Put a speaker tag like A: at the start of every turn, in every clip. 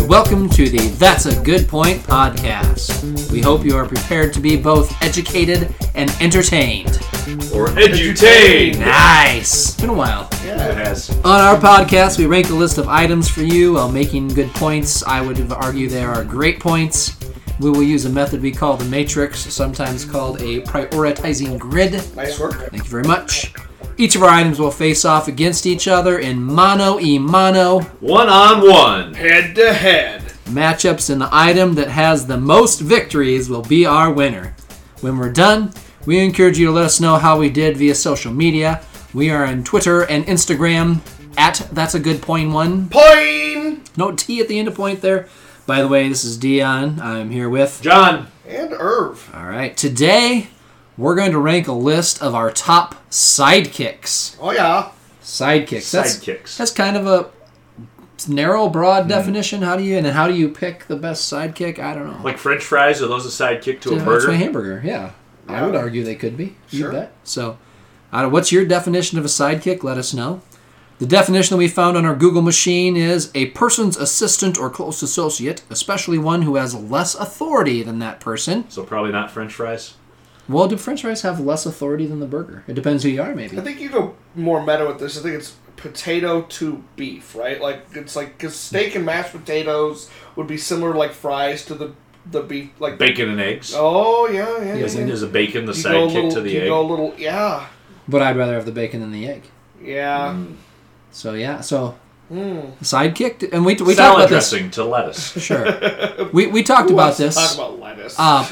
A: to the That's a Good Point podcast. We hope you are prepared to be both educated and entertained.
B: Or edutained.
A: Nice. Been a while.
B: It has.
A: On our podcast, we rank a list of items for you while making good points. I would argue there are great points. We will use a method we call the matrix, sometimes called a prioritizing grid.
C: Nice work.
A: Thank you very much. Each of our items will face off against each other in mono e mono
B: One on one.
C: Head to head.
A: matchups, and the item that has the most victories will be our winner. When we're done, we encourage you to let us know how we did via social media. We are on Twitter and Instagram at That's a Good Point One.
C: Pine
A: No T at the end of point there. By the way, this is Dion. I'm here with.
B: John.
C: and Irv.
A: All right, today we're going to rank a list of our top sidekicks.
C: Oh yeah.
A: Sidekicks. That's,
B: Sidekicks.
A: That's kind of a narrow, broad definition. How do you and how do you pick the best sidekick? I don't know.
B: Like French fries, are those a sidekick to a
A: Yeah, It's
B: burger?
A: my hamburger. Yeah. I would argue they could be. You
C: Sure.
A: bet. So, I don't, what's your definition of a sidekick? Let us know. The definition that we found on our Google machine is a person's assistant or close associate, especially one who has less authority than that person.
B: So probably not French fries.
A: Well, do French fries have less authority than the burger? It depends who you are, maybe.
C: I think you go more meta with this. I think it's potato to beef, right? Like it's like because steak and mashed potatoes would be similar, like fries to the the beef, like.
B: Bacon and eggs.
C: Oh yeah, yeah.
A: Yes,
C: yeah,
B: Isn't
C: yeah.
B: is a bacon the
C: You go a
B: sidekick
C: little,
B: to the
C: you
B: egg?
C: go a little, yeah,
A: But I'd rather have the bacon than the egg.
C: yeah.
A: So yeah, so
C: Hmm.
A: sidekick, and we we talked
B: Salad
A: about this.
B: dressing to lettuce.
A: Sure, we we talked
C: Who
A: about
C: wants to
A: this.
C: Talk about lettuce.
A: uh,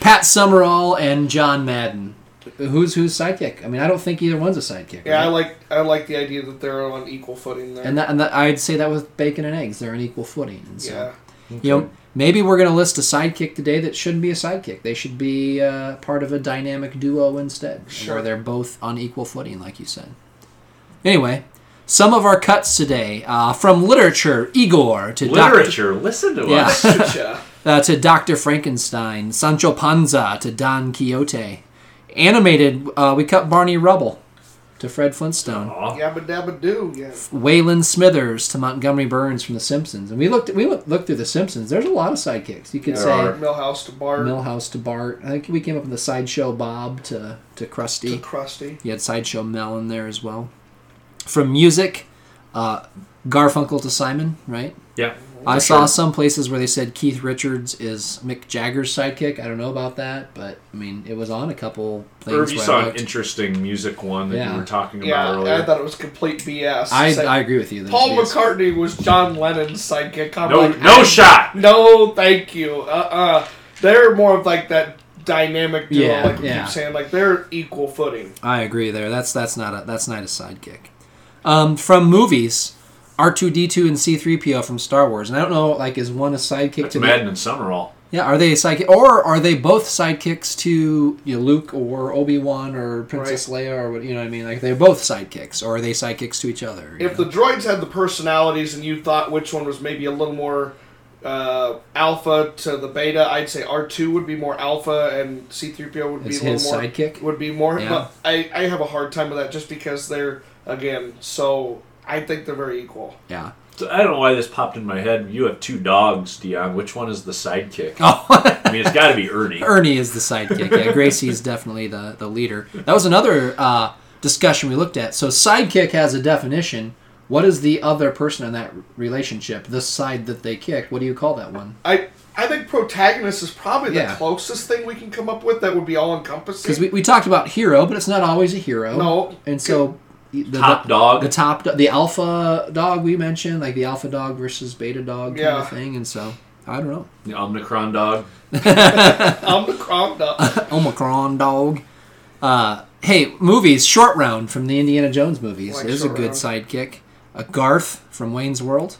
A: Pat Summerall and John Madden. Who's who's sidekick? I mean, I don't think either one's a sidekick.
C: yeah, I
A: right?
C: like I like the idea that they're on equal footing there.
A: and that, and that, I'd say that with bacon and eggs, they're on equal footing. And so,
C: yeah,
A: you know, maybe we're gonna list a sidekick today that shouldn't be a sidekick. They should be uh, part of a dynamic duo instead,
C: Sure.
A: where they're both on equal footing, like you said. Anyway, some of our cuts today uh, from literature, Igor to Doc-
B: Literature. Listen to
A: Yeah.
B: us.
C: yeah.
A: uh, to Dr. Frankenstein, Sancho Panza to Don Quixote. Animated, uh, we cut Barney Rubble to Fred Flintstone.
B: Aw.
C: Yabba dabba do. Yeah.
A: Waylon Smithers to Montgomery Burns from The Simpsons. And we looked we went- looked through The Simpsons. There's a lot of sidekicks. You could
B: There
A: say
B: are.
C: Millhouse to Bart
A: Millhouse to Bart. I think we came up with the Sideshow Bob to, to
C: to
A: Krusty.
C: Krusty.
A: You had Sideshow Mel in there as well. From music, uh, Garfunkel to Simon, right?
B: Yeah.
A: I
B: For
A: saw
B: sure.
A: some places where they said Keith Richards is Mick Jagger's sidekick. I don't know about that, but I mean, it was on a couple things.
B: Irv, you
A: where I,
B: saw an
A: looked.
B: interesting music one that
A: Yeah.
B: you were talking about
C: Yeah,
B: earlier.
C: I thought it was complete BS.
A: I,
C: Say-
A: I agree with you. that
C: Paul
A: it is.
C: McCartney was John Lennon's sidekick. I'm
B: no,
C: like,
B: no
C: I-
B: shot.
C: No, thank you. Uh, uh they're more of like that dynamic duo,
A: Yeah,
C: like we
A: yeah.
C: keep saying, like they're equal footing.
A: I agree there. That's that's not a that's not a sidekick. Um, from movies, R two D two and C three PO from Star Wars, and I don't know like is one a sidekick
B: That's
A: to the-
B: Madden and Summerall.
A: Yeah, are they sidekick or are they both sidekicks to you know, Luke or Obi Wan or Princess Leia or what? You know what I mean? Like they're both sidekicks, or are they sidekicks to each other? you
C: If the droids had the personalities and you thought which one was maybe a little more uh, alpha to the beta, I'd say R two would be more alpha and C three PO would
A: Is
C: be a
A: his
C: little more
A: sidekick?
C: Would be more.
A: Yeah.
C: But I I have a hard time with that just because they're again so. I think they're very equal.
A: yeah.
B: So I don't know why this popped in my head. You have two dogs, Dion. Which one is the sidekick?
A: Oh. Er,
B: I mean, it's got to be Ernie.
A: Ernie is the sidekick. Yeah, Gracie's definitely the, the leader. That was another uh, discussion we looked at. So sidekick has a definition. What is the other person in that relationship? The side that they kick. What do you call that one?
C: I I think protagonist is probably
A: Yeah.
C: the closest thing we can come up with that would be all encompassing.
A: Because we, we talked about hero, but it's not always a hero.
C: No.
A: And so the
B: Top
A: the,
B: dog.
A: the top do- the alpha dog we mentioned, like the alpha dog versus beta dog kind
C: Yeah.
A: of thing. And so I don't know.
B: The Omnicron dog.
C: I'm the crop dog.
A: Omicron dog. Uh, hey, movies. Short Round from the Indiana Jones movies
C: Like
A: is a
C: Short
A: good
C: Round.
A: sidekick. A Garth from Wayne's World.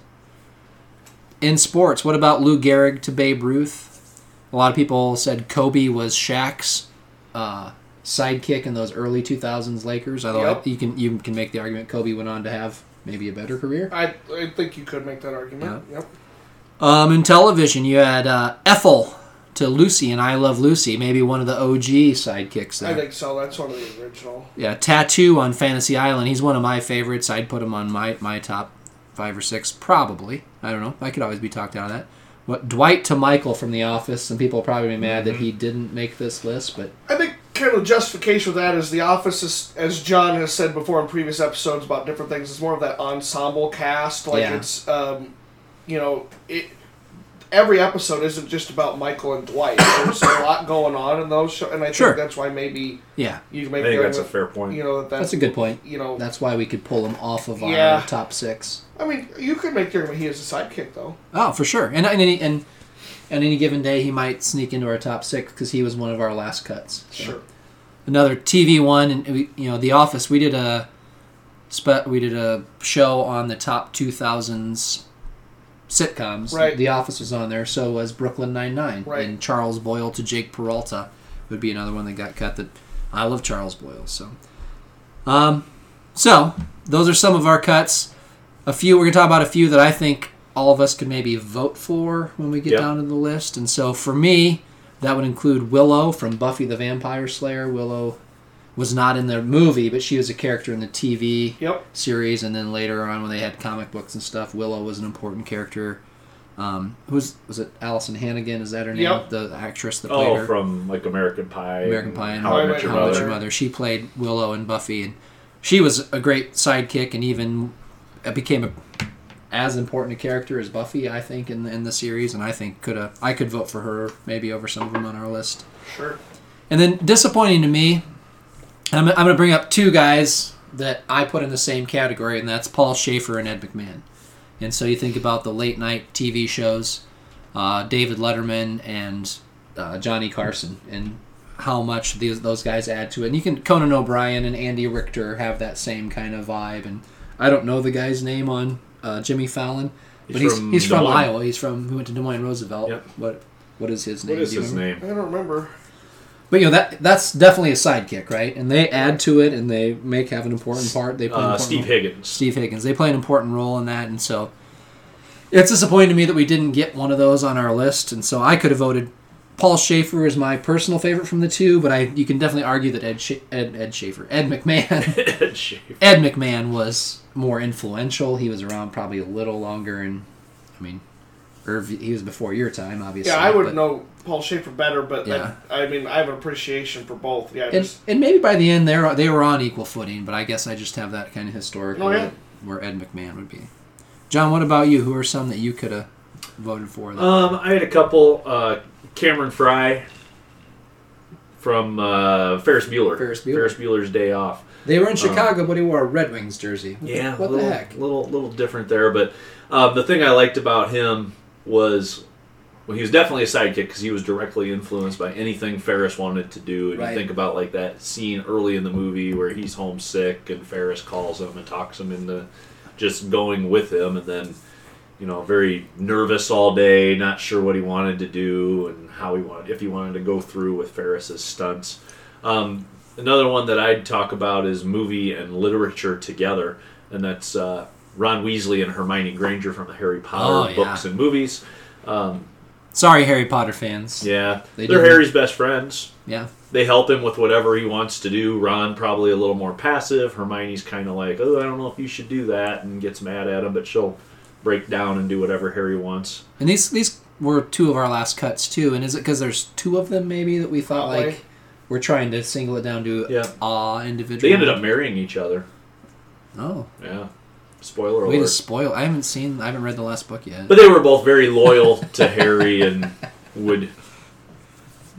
A: In sports, what about Lou Gehrig to Babe Ruth? A lot of people said Kobe was Shaq's uh, sidekick in those early 2000s Lakers. Although I-
C: Yep.
A: you can you can make the argument Kobe went on to have maybe a better career.
C: I, I think you could make that argument. Yep.
A: Um, in television, you had uh, Ethel to Lucy and I Love Lucy, maybe one of the OG sidekicks. There.
C: I think so. That's one of the original.
A: Yeah, Tattoo on Fantasy Island. He's one of my favorites. I'd put him on my, my top five or six, probably. I don't know. I could always be talked out of that. What Dwight to Michael from The Office. Some people will probably be mad that he didn't make this list, but
C: I think kind of the justification of that is the office is, as John has said before in previous episodes about different things is more of that ensemble cast like
A: Yeah.
C: it's um, you know it every episode isn't just about Michael and Dwight there's a lot going on in those shows and I
A: Sure.
C: think that's why maybe
A: yeah,
C: you
B: I
C: make
B: think
C: the
B: that's a
C: argument,
B: fair point.
C: you know that
A: that's a good point.
C: you know
A: That's why we could pull him off of
C: Yeah.
A: our top six.
C: I mean you could make the argument he is a sidekick though
A: Oh, for sure. And and any, and on any given day, he might sneak into our top six because he was one of our last cuts. So.
C: sure
A: Another TV one, and we, you know, The Office. We did a spe- we did a show on the top two thousands sitcoms.
C: Right.
A: The Office was on there. So was Brooklyn Nine Nine.
C: Right.
A: And Charles Boyle to Jake Peralta would be another one that got cut. That I love Charles Boyle. So, um, so those are some of our cuts. A few we're gonna talk about a few that I think all of us could maybe vote for when we get
B: Yep.
A: down to the list. And so for me, that would include Willow from Buffy the Vampire Slayer. Willow was not in the movie, but she was a character in the TV
C: yep
A: series, and then later on when they had comic books and stuff, Willow was an important character. Um, who's was it? Allison Hannigan is that her name?
C: Yep.
A: The actress that played
B: Oh,
A: her.
B: from like American Pie.
A: American Pie and
B: How I Met
C: How
B: Your
A: How I Met
B: Mother.
A: Your Mother. She played Willow and Buffy, and she was a great sidekick, and even became a, as important a character as Buffy, I think, in the, in the series. And I think could have I could vote for her maybe over some of them on our list.
C: sure
A: And then disappointing to me, I'm, I'm going to bring up two guys that I put in the same category, and that's Paul Schaefer and Ed McMahon. And so you think about the late night TV shows, uh, David Letterman and uh, Johnny Carson, and how much these, those guys add to it. And you can Conan O'Brien and Andy Richter have that same kind of vibe. And I don't know the guy's name on uh, Jimmy Fallon, but he's
B: from
A: he's
B: Des
A: from,
B: Moines.
A: Iowa. He's from he went to Des Moines Roosevelt.
B: Yep.
A: What what is his name?
B: What is
A: Do you
B: his
A: remember?
B: name?
C: I don't remember
A: But you know that that's definitely a sidekick, right? And they add to it, and they make have an important part. They play an
B: Uh,
A: important
B: Steve
A: role.
B: Higgins.
A: Steve Higgins. They play an important role in that, and so it's disappointing to me that we didn't get one of those on our list. And so I could have voted. Paul Schaefer is my personal favorite from the two, but I you can definitely argue that Ed Sha- Ed, Ed Schaefer Ed McMahon
B: Ed Schaefer.
A: Ed McMahon was more influential. He was around probably a little longer, and I mean, Irv, he was before your time, obviously.
C: yeah I
A: but-
C: would know Paul Schaefer better but
A: Yeah.
C: I, I mean I have an appreciation for both yeah I
A: and,
C: just-
A: and maybe by the end they they were on equal footing, but I guess I just have that kind of historical
C: Oh, yeah.
A: where Ed McMahon would be. John, what about you? Who are some that you could have voted for? That,
B: Um, I had a couple. Uh, Cameron Fry from uh, Ferris Bueller.
A: Ferris Bueller.
B: Ferris Bueller's Day Off.
A: they were in Chicago, but he wore a Red Wings jersey.
B: uh, Yeah,
A: what
B: little,
A: the heck?
B: Little little different there, but um, the thing I liked about him was well, he was definitely a sidekick because he was directly influenced by anything Ferris wanted to do. And
A: Right.
B: you think about like that scene early in the movie where he's homesick and Ferris calls him and talks him into just going with him, and then you know very nervous all day, not sure what he wanted to do and how he wanted if he wanted to go through with Ferris's stunts. Um, another one that I'd talk about is movie and literature together, and that's uh, Ron Weasley and Hermione Granger from the Harry Potter
A: Oh, yeah.
B: books and movies. Um,
A: Sorry, Harry Potter fans.
B: yeah,
A: They
B: they
A: do.
B: are Harry's best friends.
A: Yeah.
B: They help him with whatever he wants to do. Ron probably a little more passive. Hermione's kind of like, oh, I don't know if you should do that, and gets mad at him, but she'll break down and do whatever Harry wants.
A: And these these were two of our last cuts too. And is it because there's two of them maybe that we thought
C: Probably.
A: like we're trying to single it down to
B: Yeah.
A: ah individual?
B: They ended up marrying each other.
A: Oh,
B: Yeah. Spoiler
A: way to
B: alert.
A: spoil! I haven't seen, I haven't read the last book yet.
B: But they were both very loyal to Harry and would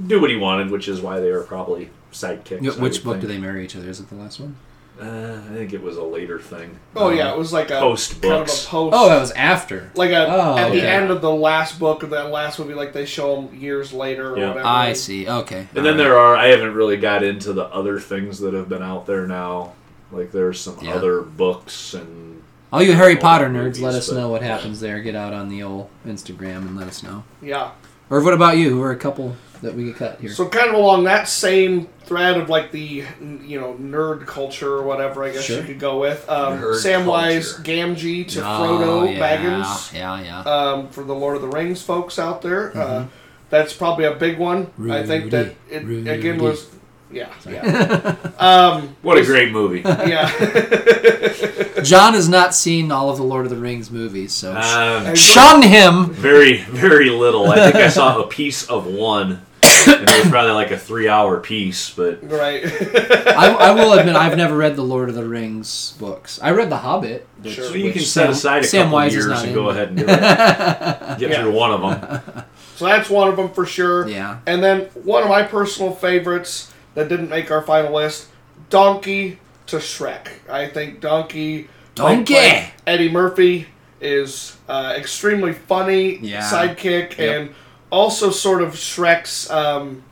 B: do what he wanted, which is why they were probably sidekicks.
A: Wh- Which book do they marry each other? Is it the last one?
B: Uh, I think it was a later thing.
C: oh
B: Um,
C: yeah it was like a
B: post
C: kind
B: books.
C: of a post
A: Oh, that was after.
C: Like a,
A: Oh,
C: at the
A: okay.
C: end of the last book of that last movie, like they show them years later or
B: Yeah.
C: whatever.
A: I see. Okay.
B: And then
A: Alright.
B: there are. I haven't really got into the other things that have been out there now. Like there's some
A: Yeah.
B: other books and
A: All you Harry
B: all
A: Potter
B: the
A: nerds, let
B: movies,
A: us
B: but-
A: know what happens there. Get out on the old Instagram and let us know.
C: Yeah.
A: Or what about you? Who are a couple that we could cut here?
C: So kind of along that same thread of like the you know nerd culture or whatever, I guess
A: Sure.
C: you could go with um,
B: Nerd
C: Samwise
B: culture.
C: Gamgee to
A: Oh,
C: Frodo
A: yeah,
C: Baggins
A: Yeah, yeah.
C: um, for the Lord of the Rings
A: Mm-hmm.
C: folks out there. Uh, that's probably a big one. I think that
A: Rudy,
C: it again was Yeah, yeah. um,
B: What a great movie.
C: yeah.
B: Uh,
A: John has not seen all of the Lord of the Rings movies, so
B: Um,
A: shun him.
B: very, very little. I think I saw a piece of one. And it was probably like a three hour piece, but
C: right.
A: I, I will admit I've never read the Lord of the Rings books. I read The Hobbit. which-
C: Sure.
B: so you
A: which
B: can set
A: Sam-
B: aside a
A: Samwise
B: couple
A: is
B: years
A: not
B: and
A: in
B: go
A: it.
B: ahead and do it. Get
C: Yeah.
B: through one of them.
C: So that's one of them for sure.
A: Yeah.
C: And then one of my personal favorites that didn't make our final list, Donkey to Shrek. I think Donkey.
A: Donkey!
C: like Eddie Murphy is uh, extremely funny
A: Yeah.
C: sidekick
A: Yep.
C: and also sort of Shrek's. Um,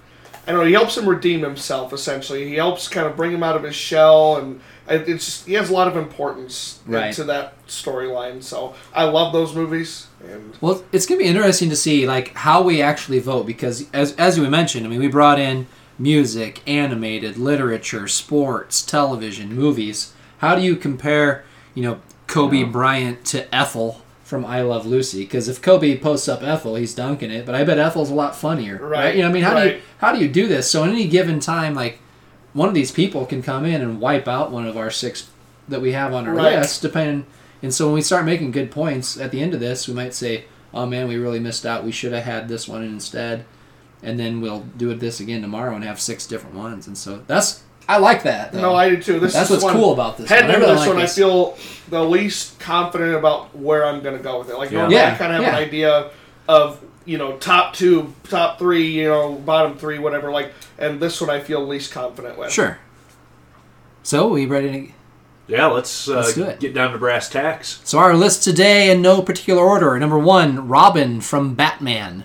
C: I don't know. He helps him redeem himself. Essentially, he helps kind of bring him out of his shell, and it- it's just, he has a lot of importance
A: Right.
C: to that storyline. So I love those movies. And
A: Well, it's gonna be interesting to see like how we actually vote because as as we mentioned, I mean, we brought in music, animated, literature, sports, television, movies. How do you compare, you know, Kobe Bryant to Ethel from I Love Lucy? Because if Kobe posts up Ethel, he's dunking it, but I bet Ethel's a lot funnier, right?
C: Right,
A: You know, I mean, how do you
C: right.
A: how do you do this? So at any given time, like one of these people can come in and wipe out one of our six that we have on our
C: Right.
A: list, depending. And so when we start making good points at the end of this, we might say, "Oh man, we really missed out. We should have had this one instead." And then we'll do it this again tomorrow and have six different ones. And so that's I like that. Though.
C: no, I do too. This
A: that's
C: is
A: what's
C: one-
A: cool about this.
C: Heading
A: one. I
C: into
A: really
C: this
A: like
C: one,
A: this.
C: I feel the least confident about where I'm going to go with it. Like,
B: Yeah.
C: normally I
A: Yeah,
C: kind of have
A: yeah.
C: an idea of, you know, top two, top three, you know, bottom three, whatever. Like, and this one I feel least confident with.
A: sure. So we ready to
B: Yeah, let's, uh,
A: Let's do it.
B: get down to brass tacks.
A: So our list today in no particular order. Number one, Robin from Batman.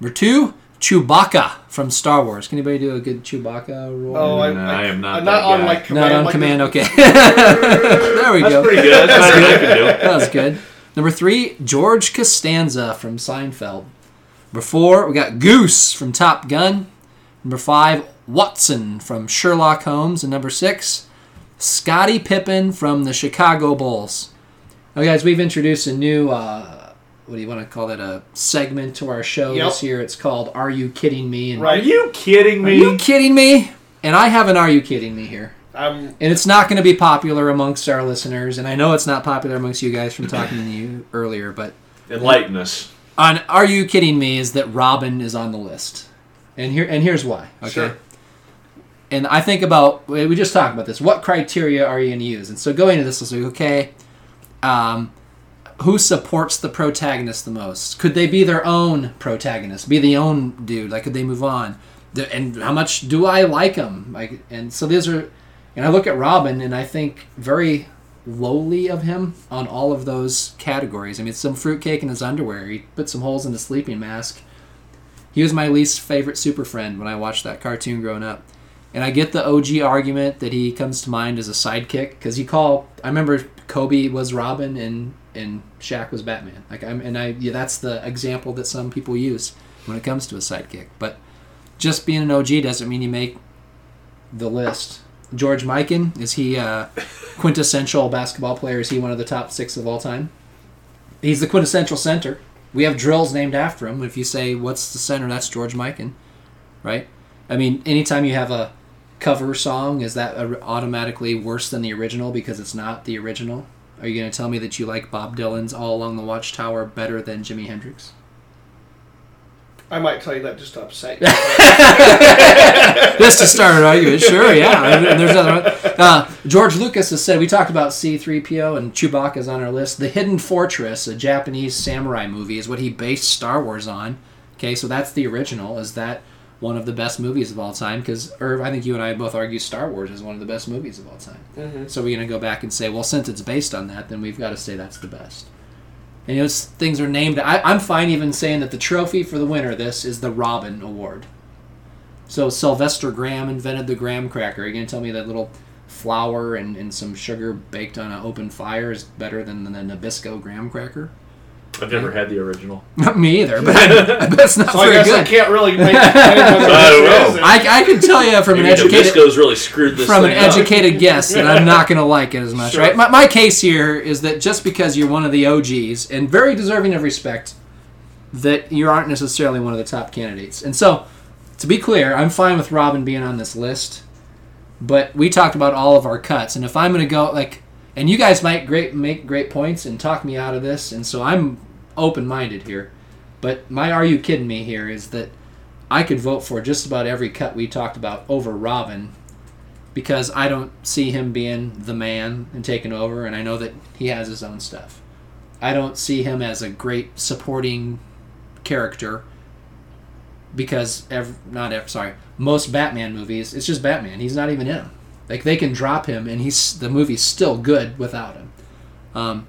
A: Number two, Chewbacca from Star Wars. Can anybody do a good Chewbacca roll?
C: Oh, I,
B: No, I am not that
C: I'm not on
B: guy.
C: like command.
A: Not on
C: like
A: command.
C: this.
A: Okay, there we go.
B: That's pretty good. That's better than I can do.
A: That was good. Number three, George Costanza from Seinfeld. Number four, we got Goose from Top Gun. Number five, Watson from Sherlock Holmes, and number six, Scottie Pippen from the Chicago Bulls. Now, guys, we've introduced a new uh, what do you want to call that? A segment to our show
C: Yep.
A: this year. It's called "Are You Kidding Me?" And
B: Are
C: Right.
B: you kidding
A: Are
B: me?
A: you kidding me? And I have an "Are you kidding me?" here
C: I'm
A: and it's not going to be popular amongst our listeners and i know it's not popular amongst you guys from talking to you earlier but
B: Enlighten us.
A: on are you kidding me is that robin is on the list and here and here's why okay
C: Sure.
A: and i think about we we just talked about this what criteria are you going to use and so going into this is like okay um, who supports the protagonist the most could they be their own protagonist be the own dude like could they move on The- and how much do i like them like and so these are and i look at robin and i think very lowly of him on all of those categories i mean some fruitcake in his underwear he put some holes in his sleeping mask he was my least favorite super friend when i watched that cartoon growing up and I get the OG argument that he comes to mind as a sidekick because you call. I remember Kobe was Robin and and Shaq was Batman. Like I'm, and I yeah, that's the example that some people use when it comes to a sidekick. But just being an OG doesn't mean you make the list. George Mikan is he uh, quintessential basketball player? Is he one of the top six of all time? He's the quintessential center. We have drills named after him. If you say what's the center, that's George Mikan, right? I mean, anytime you have a cover song, is that a- automatically worse than the original because it's not the original? Are you going to tell me that you like Bob Dylan's All Along the Watchtower better than Jimi Hendrix?
C: I might tell you that just to upset. you.
A: Just to start an argument, sure, yeah. And there's another one. Uh, George Lucas has said we talked about C-3PO and Chewbacca's on our list. The Hidden Fortress, a Japanese samurai movie, is what he based Star Wars on. Okay, so that's the original. Is that one of the best movies of all time? Because Irv, I think you and I both argue Star Wars is one of the best movies of all time. So we're gonna go back and say, well, since it's based on that, then we've got to say that's the best. And those things are named. I, I'm fine even saying that the trophy for the winner of this is the Robin Award. So Sylvester Graham invented the graham cracker. Are you gonna tell me that little flour and, and some sugar baked on an open fire is better than the Nabisco graham cracker?
B: I've never had the original.
A: Not me either, but I, I bet it's not
C: So I
A: very
C: guess I
A: good.
C: can't really make. I
B: don't know.
A: I, I can tell you from an
B: Maybe
A: educated
B: Nabisco's really screwed this
A: from an
B: thing up.
A: educated guess that I'm not going to like it as much,
C: Sure.
A: right? My, my case here is that just because you're one of the OGs and very deserving of respect, that you aren't necessarily one of the top candidates. And so, to be clear, I'm fine with Robin being on this list. But we talked about all of our cuts, and if I'm going to go like, and you guys might great make great points and talk me out of this, and so I'm open minded here. But my are you kidding me here is that I could vote for just about every cut we talked about over Robin because I don't see him being the man and taking over, and I know that he has his own stuff. I don't see him as a great supporting character because ev- not ev- sorry most Batman movies it's just Batman he's not even in 'em. like they can drop him and he's the movie's still good without him um,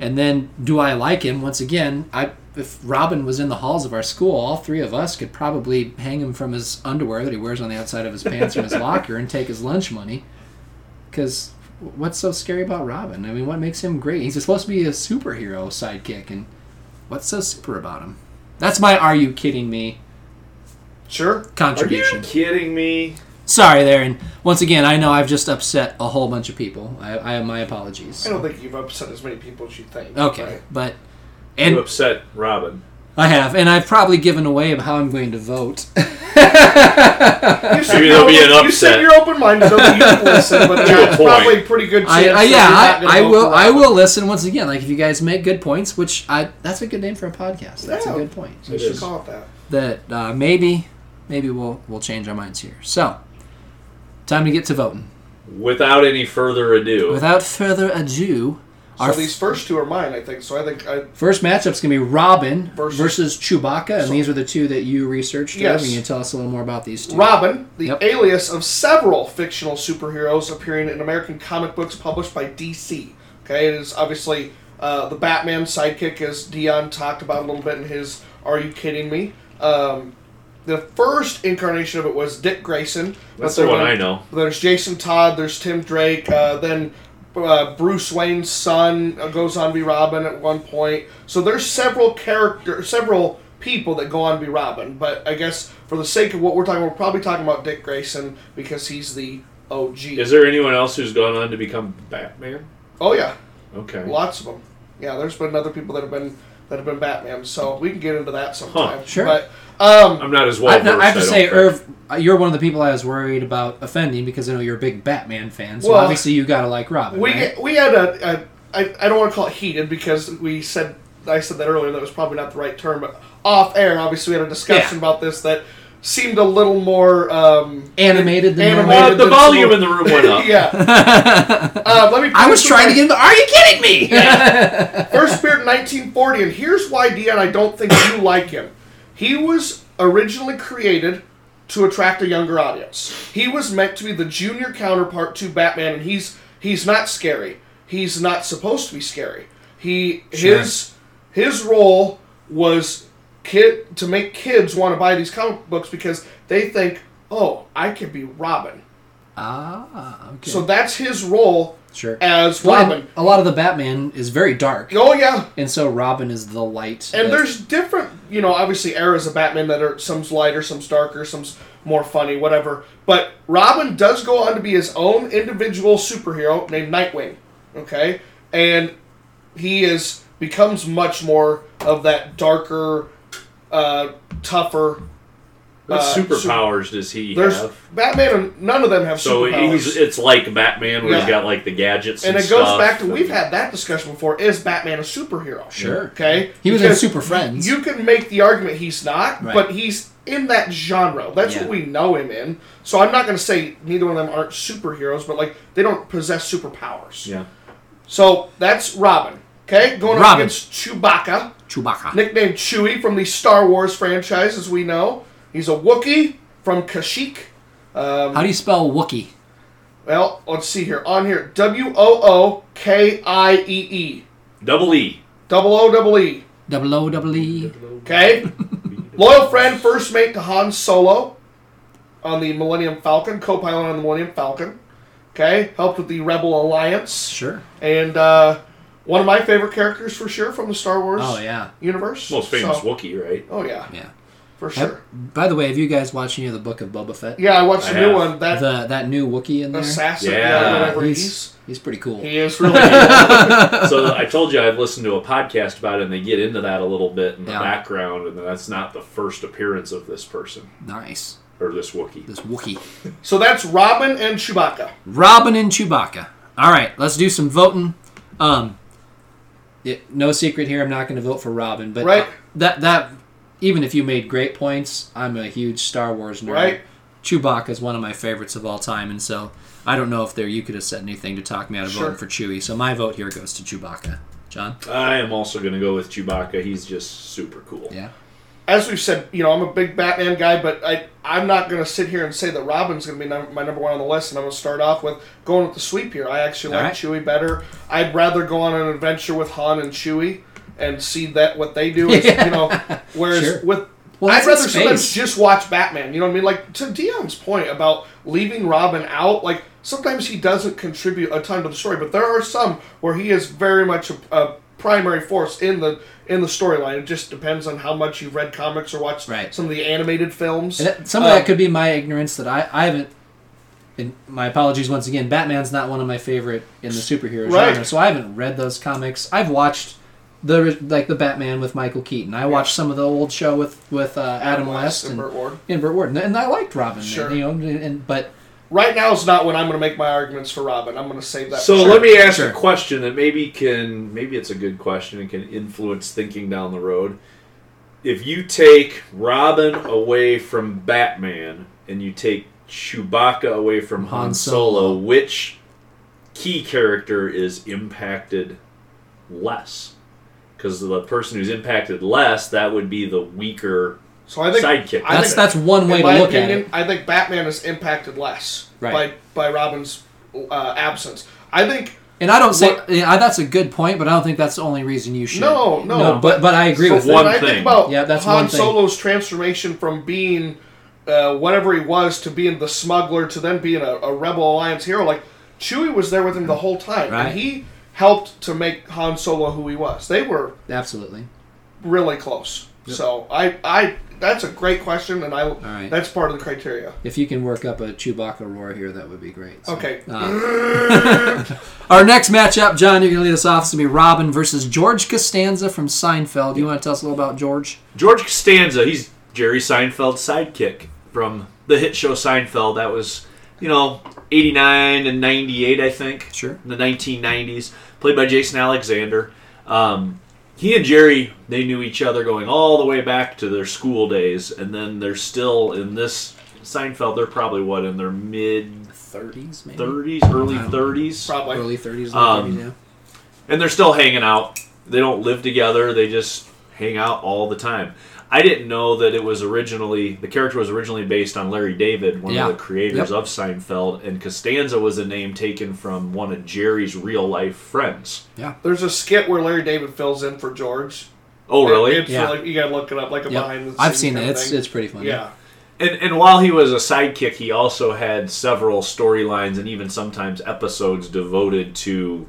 A: and then do I like him once again I if Robin was in the halls of our school all three of us could probably hang him from his underwear that he wears on the outside of his pants from his locker and take his lunch money because what's so scary about Robin I mean what makes him great he's supposed to be a superhero sidekick and what's so super about him that's my are you kidding me
C: Sure.
B: Are you
A: contribution.
B: kidding me?
A: Sorry there, and once again, I know I've just upset a whole bunch of people. I, I have my apologies.
C: I don't think you've upset as many people as you think.
A: Okay,
C: right?
A: but
B: You
A: and
B: upset Robin.
A: I have, and I've probably given away how I'm going to vote.
C: You said
B: Maybe
C: you're
B: there'll be an
C: open- You said
B: upset.
C: you're open minded, though. You can listen, but
B: To a
C: there's
B: point.
C: probably a pretty good
A: I,
C: chance.
A: I
C: that you're
A: yeah,
C: not gonna
A: I, I
C: vote
A: will.
C: for
A: I
C: Robin.
A: will listen once again. Like if you guys make good points, which I that's a good name for a podcast. That's
C: Yeah.
A: a good point.
C: We
B: It
C: should
B: is.
C: call it that.
A: That uh, maybe maybe we'll we'll change our minds here. So time to get to voting.
B: Without any further ado,
A: Without further ado,
C: So
A: our
C: these first two are mine, I think. So I think uh, I
A: First matchup's gonna be Robin
C: Versus-
A: versus, Chewbacca, and these are the two that you researched.
C: Yes.
A: Yes. Can you tell us a little more about these two?
C: Robin, the
A: Yep.
C: alias of several fictional superheroes appearing in American comic books published by DC. Okay, it is obviously uh, the Batman sidekick, as Dion talked about a little bit in his "Are You Kidding Me." Um, the first incarnation of it was Dick Grayson. but
B: that's the
C: there
B: one
C: were-
B: I know.
C: There's Jason Todd. There's Tim Drake. Uh, then uh, Bruce Wayne's son uh, goes on to be Robin at one point. So there's several character, several people that go on to be Robin. But I guess for the sake of what we're talking, we're probably talking about Dick Grayson because he's the OG.
B: Is there anyone else who's gone on to become Batman?
C: oh yeah,
B: Okay.
C: lots of them. Yeah, there's been other people that have been that have been Batman. So we can get into that sometime.
A: Sure.
C: But um,
B: I'm not as well.
A: I, no, I have to
B: versed,
A: say,
B: don't think.
A: Irv, uh, you're one of the people I was worried about offending because I know you're a big Batman fan. So
C: Well,
A: obviously you gotta like Robin.
C: We
A: right?
C: we had a, a I, I don't want to call it heated because we said I said that earlier that was probably not the right term, but off air obviously we had a discussion
A: Yeah.
C: about this that seemed a little more um,
A: Animated than
C: Animated.
B: Uh,
A: normal.
B: the
C: It's
B: volume
C: more-
B: in the room went up.
C: yeah. uh, let me.
A: I was trying to get. Into, are you kidding me?
C: First appeared in 1940, and here's why, Dion, I don't think you like him. He was originally created to attract a younger audience. He was meant to be the junior counterpart to Batman, and he's he's not scary. He's not supposed to be scary. He
A: Sure.
C: his his role was kid to make kids want to buy these comic books because they think, oh, I could be Robin.
A: ah, okay.
C: So that's his role
A: sure.
C: as
A: Well, and
C: Robin.
A: a lot of the Batman is very dark,
C: Oh yeah,
A: and so Robin is the light. that-
C: And there's different, you know, obviously eras of Batman that are some's lighter, some's darker, some's more funny, whatever. But Robin does go on to be his own individual superhero named Nightwing. Okay, and he is becomes much more of that darker, uh, tougher.
B: What
C: Uh,
B: superpowers does he
C: There's
B: have?
C: Batman, and none of them have
B: So
C: superpowers.
B: he's it's like Batman where he's
C: Yeah.
B: got like the gadgets and,
C: and it goes
B: stuff,
C: back to
B: and-
C: we've had that discussion before. Is Batman a superhero?
A: Sure.
C: Okay.
A: He was in
C: Because
A: Super Friends.
C: You can make the argument he's not,
A: Right.
C: but he's in that genre. That's
A: Yeah.
C: what we know him in. So I'm not going to say neither one of them aren't superheroes, but like they don't possess superpowers.
B: Yeah.
C: So that's Robin. Okay, going up
A: Robin.
C: against Chewbacca,
A: Chewbacca.
C: nicknamed Chewie from the Star Wars franchise, as we know. He's a Wookiee from Kashyyyk. Um,
A: How do you spell Wookie?
C: Well, let's see here. On here, W O O K I E E.
B: Double E.
C: Double O double E.
A: Double O double E.
C: Okay? Loyal friend, first mate to Han Solo on the Millennium Falcon, co pilot on the Millennium Falcon. Okay? Helped with the Rebel Alliance.
A: Sure.
C: And uh, one of my favorite characters for sure from the Star Wars
A: Oh yeah.
C: universe.
B: Most famous
C: So-
B: Wookiee, right?
C: Oh, yeah,
A: Yeah.
C: for sure.
A: By the way, have you guys watched any of the Book of Boba Fett?
C: Yeah, I watched
B: I
C: the new
B: have.
C: one. That
A: The that new Wookiee in there.
C: assassin,
B: Yeah.
C: yeah, whatever
A: Uh, he's,
C: he's.
A: he's pretty cool.
C: He is really cool.
B: so I told you I've listened to a podcast about it, and they get into that a little bit in the
A: Yeah.
B: background, and that's not the first appearance of this person.
A: Nice.
B: or this Wookiee.
A: This Wookiee.
C: So that's Robin and Chewbacca.
A: Robin and Chewbacca. All right, let's do some voting. Um, it- no secret here, I'm not going to vote for Robin, but uh,
C: Right.
A: that that even if you made great points, I'm a huge Star Wars nerd.
C: Right.
A: Chewbacca is one of my favorites of all time, and so I don't know if there you could have said anything to talk me out of
C: Sure.
A: voting for Chewie. So my vote here goes to Chewbacca. John.
B: I am also going to go with Chewbacca. He's just super cool.
A: Yeah.
C: As we've said, you know, I'm a big Batman guy, but I I'm not going to sit here and say that Robin's going to be num- my number one on the list. And I'm going to start off with going with the sweep here. I actually
A: All
C: like
A: right.
C: Chewie better. I'd rather go on an adventure with Han and Chewie and see that what they do. Is, You know, whereas
A: Sure.
C: with
A: Well,
C: I'd
A: that's in
C: rather sometimes
A: space.
C: just watch Batman. You know what I mean? Like to Dion's point about leaving Robin out, like sometimes he doesn't contribute a ton to the story, but there are some where he is very much a, a primary force in the in the storyline. It just depends on how much you've read comics or watched
A: Right.
C: some of the animated films. Um,
A: And that- some of that could be my ignorance that I, I haven't. And my apologies once again. Batman's not one of my favorite in the superhero
C: Right.
A: genre, so I haven't read those comics. I've watched the like the Batman with Michael Keaton. I watched some of the old show with with uh, Adam West
C: and
A: and,
C: Burt Ward.
A: and Burt Ward, and, and I liked Robin.
C: Sure.
A: You know, and, and- but
C: Right now is not when I'm going to make my arguments for Robin. I'm going to save that.
B: So
C: for-
B: let me ask
A: sure.
B: a question that maybe can maybe it's a good question and can influence thinking down the road. If you take Robin away from Batman and you take Chewbacca away from Han,
A: Han
B: Solo,
A: Solo.
B: which key character is impacted less? Because the person who's impacted less, that would be the weaker
C: So I think
B: sidekick.
C: I
A: that's
C: think-
A: that's one way
C: in
A: to
C: my
A: look
C: opinion,
A: at it.
C: I think Batman is impacted less
A: Right.
C: by by Robin's uh, absence. I think
A: And I don't say
C: What-
A: yeah, that's a good point, but I don't think that's the only reason you should.
C: No, no,
A: but but I agree
C: So
A: with
B: what-
A: that.
B: one
C: when I
B: thing.
C: think about
A: Yeah, that's
C: Han
A: one thing.
C: Solo's transformation from being uh, whatever he was to being the smuggler to then being a, a Rebel Alliance hero. Like Chewie was there with him the whole time,
A: Right.
C: and he helped to make Han Solo who he was. They were
A: Absolutely.
C: really close. So I, I, that's a great question, and I,
A: right.
C: that's part of the criteria.
A: If you can work up a Chewbacca roar here, that would be great. So,
C: Okay.
A: uh, our next matchup, John, you're going to lead us off. It's going to be Robin versus George Costanza from Seinfeld. You want to tell us a little about George?
B: George Costanza, he's Jerry Seinfeld's sidekick from the hit show Seinfeld. That was, you know, 89 and 98, I think.
A: Sure.
B: In the 1990s. Played by Jason Alexander. Um, he and Jerry, they knew each other going all the way back to their school days, and then they're still in this Seinfeld. They're probably, what, in their mid
A: 30s, maybe?
B: 30s, early 30s?
C: Probably.
A: Early 30s, late
B: Um,
A: 30s, yeah.
B: and they're still hanging out. They don't live together. They just hang out all the time. I didn't know that it was originally the character was originally based on Larry David, one
A: Yeah.
B: of the
A: Yep.
B: creators of Seinfeld, and Costanza was a name taken from one of Jerry's real life friends.
C: There's a skit where Larry David fills in for George.
B: Oh, really?
C: It's
A: Yeah.
C: like- you gotta look it up, like a behind the
A: Yep.
C: scenes.
A: I've seen
C: kind
A: it.
C: of
A: It's,
C: thing.
A: it's pretty funny.
C: yeah.
B: And, and while he was a sidekick, he also had several storylines and even sometimes episodes devoted to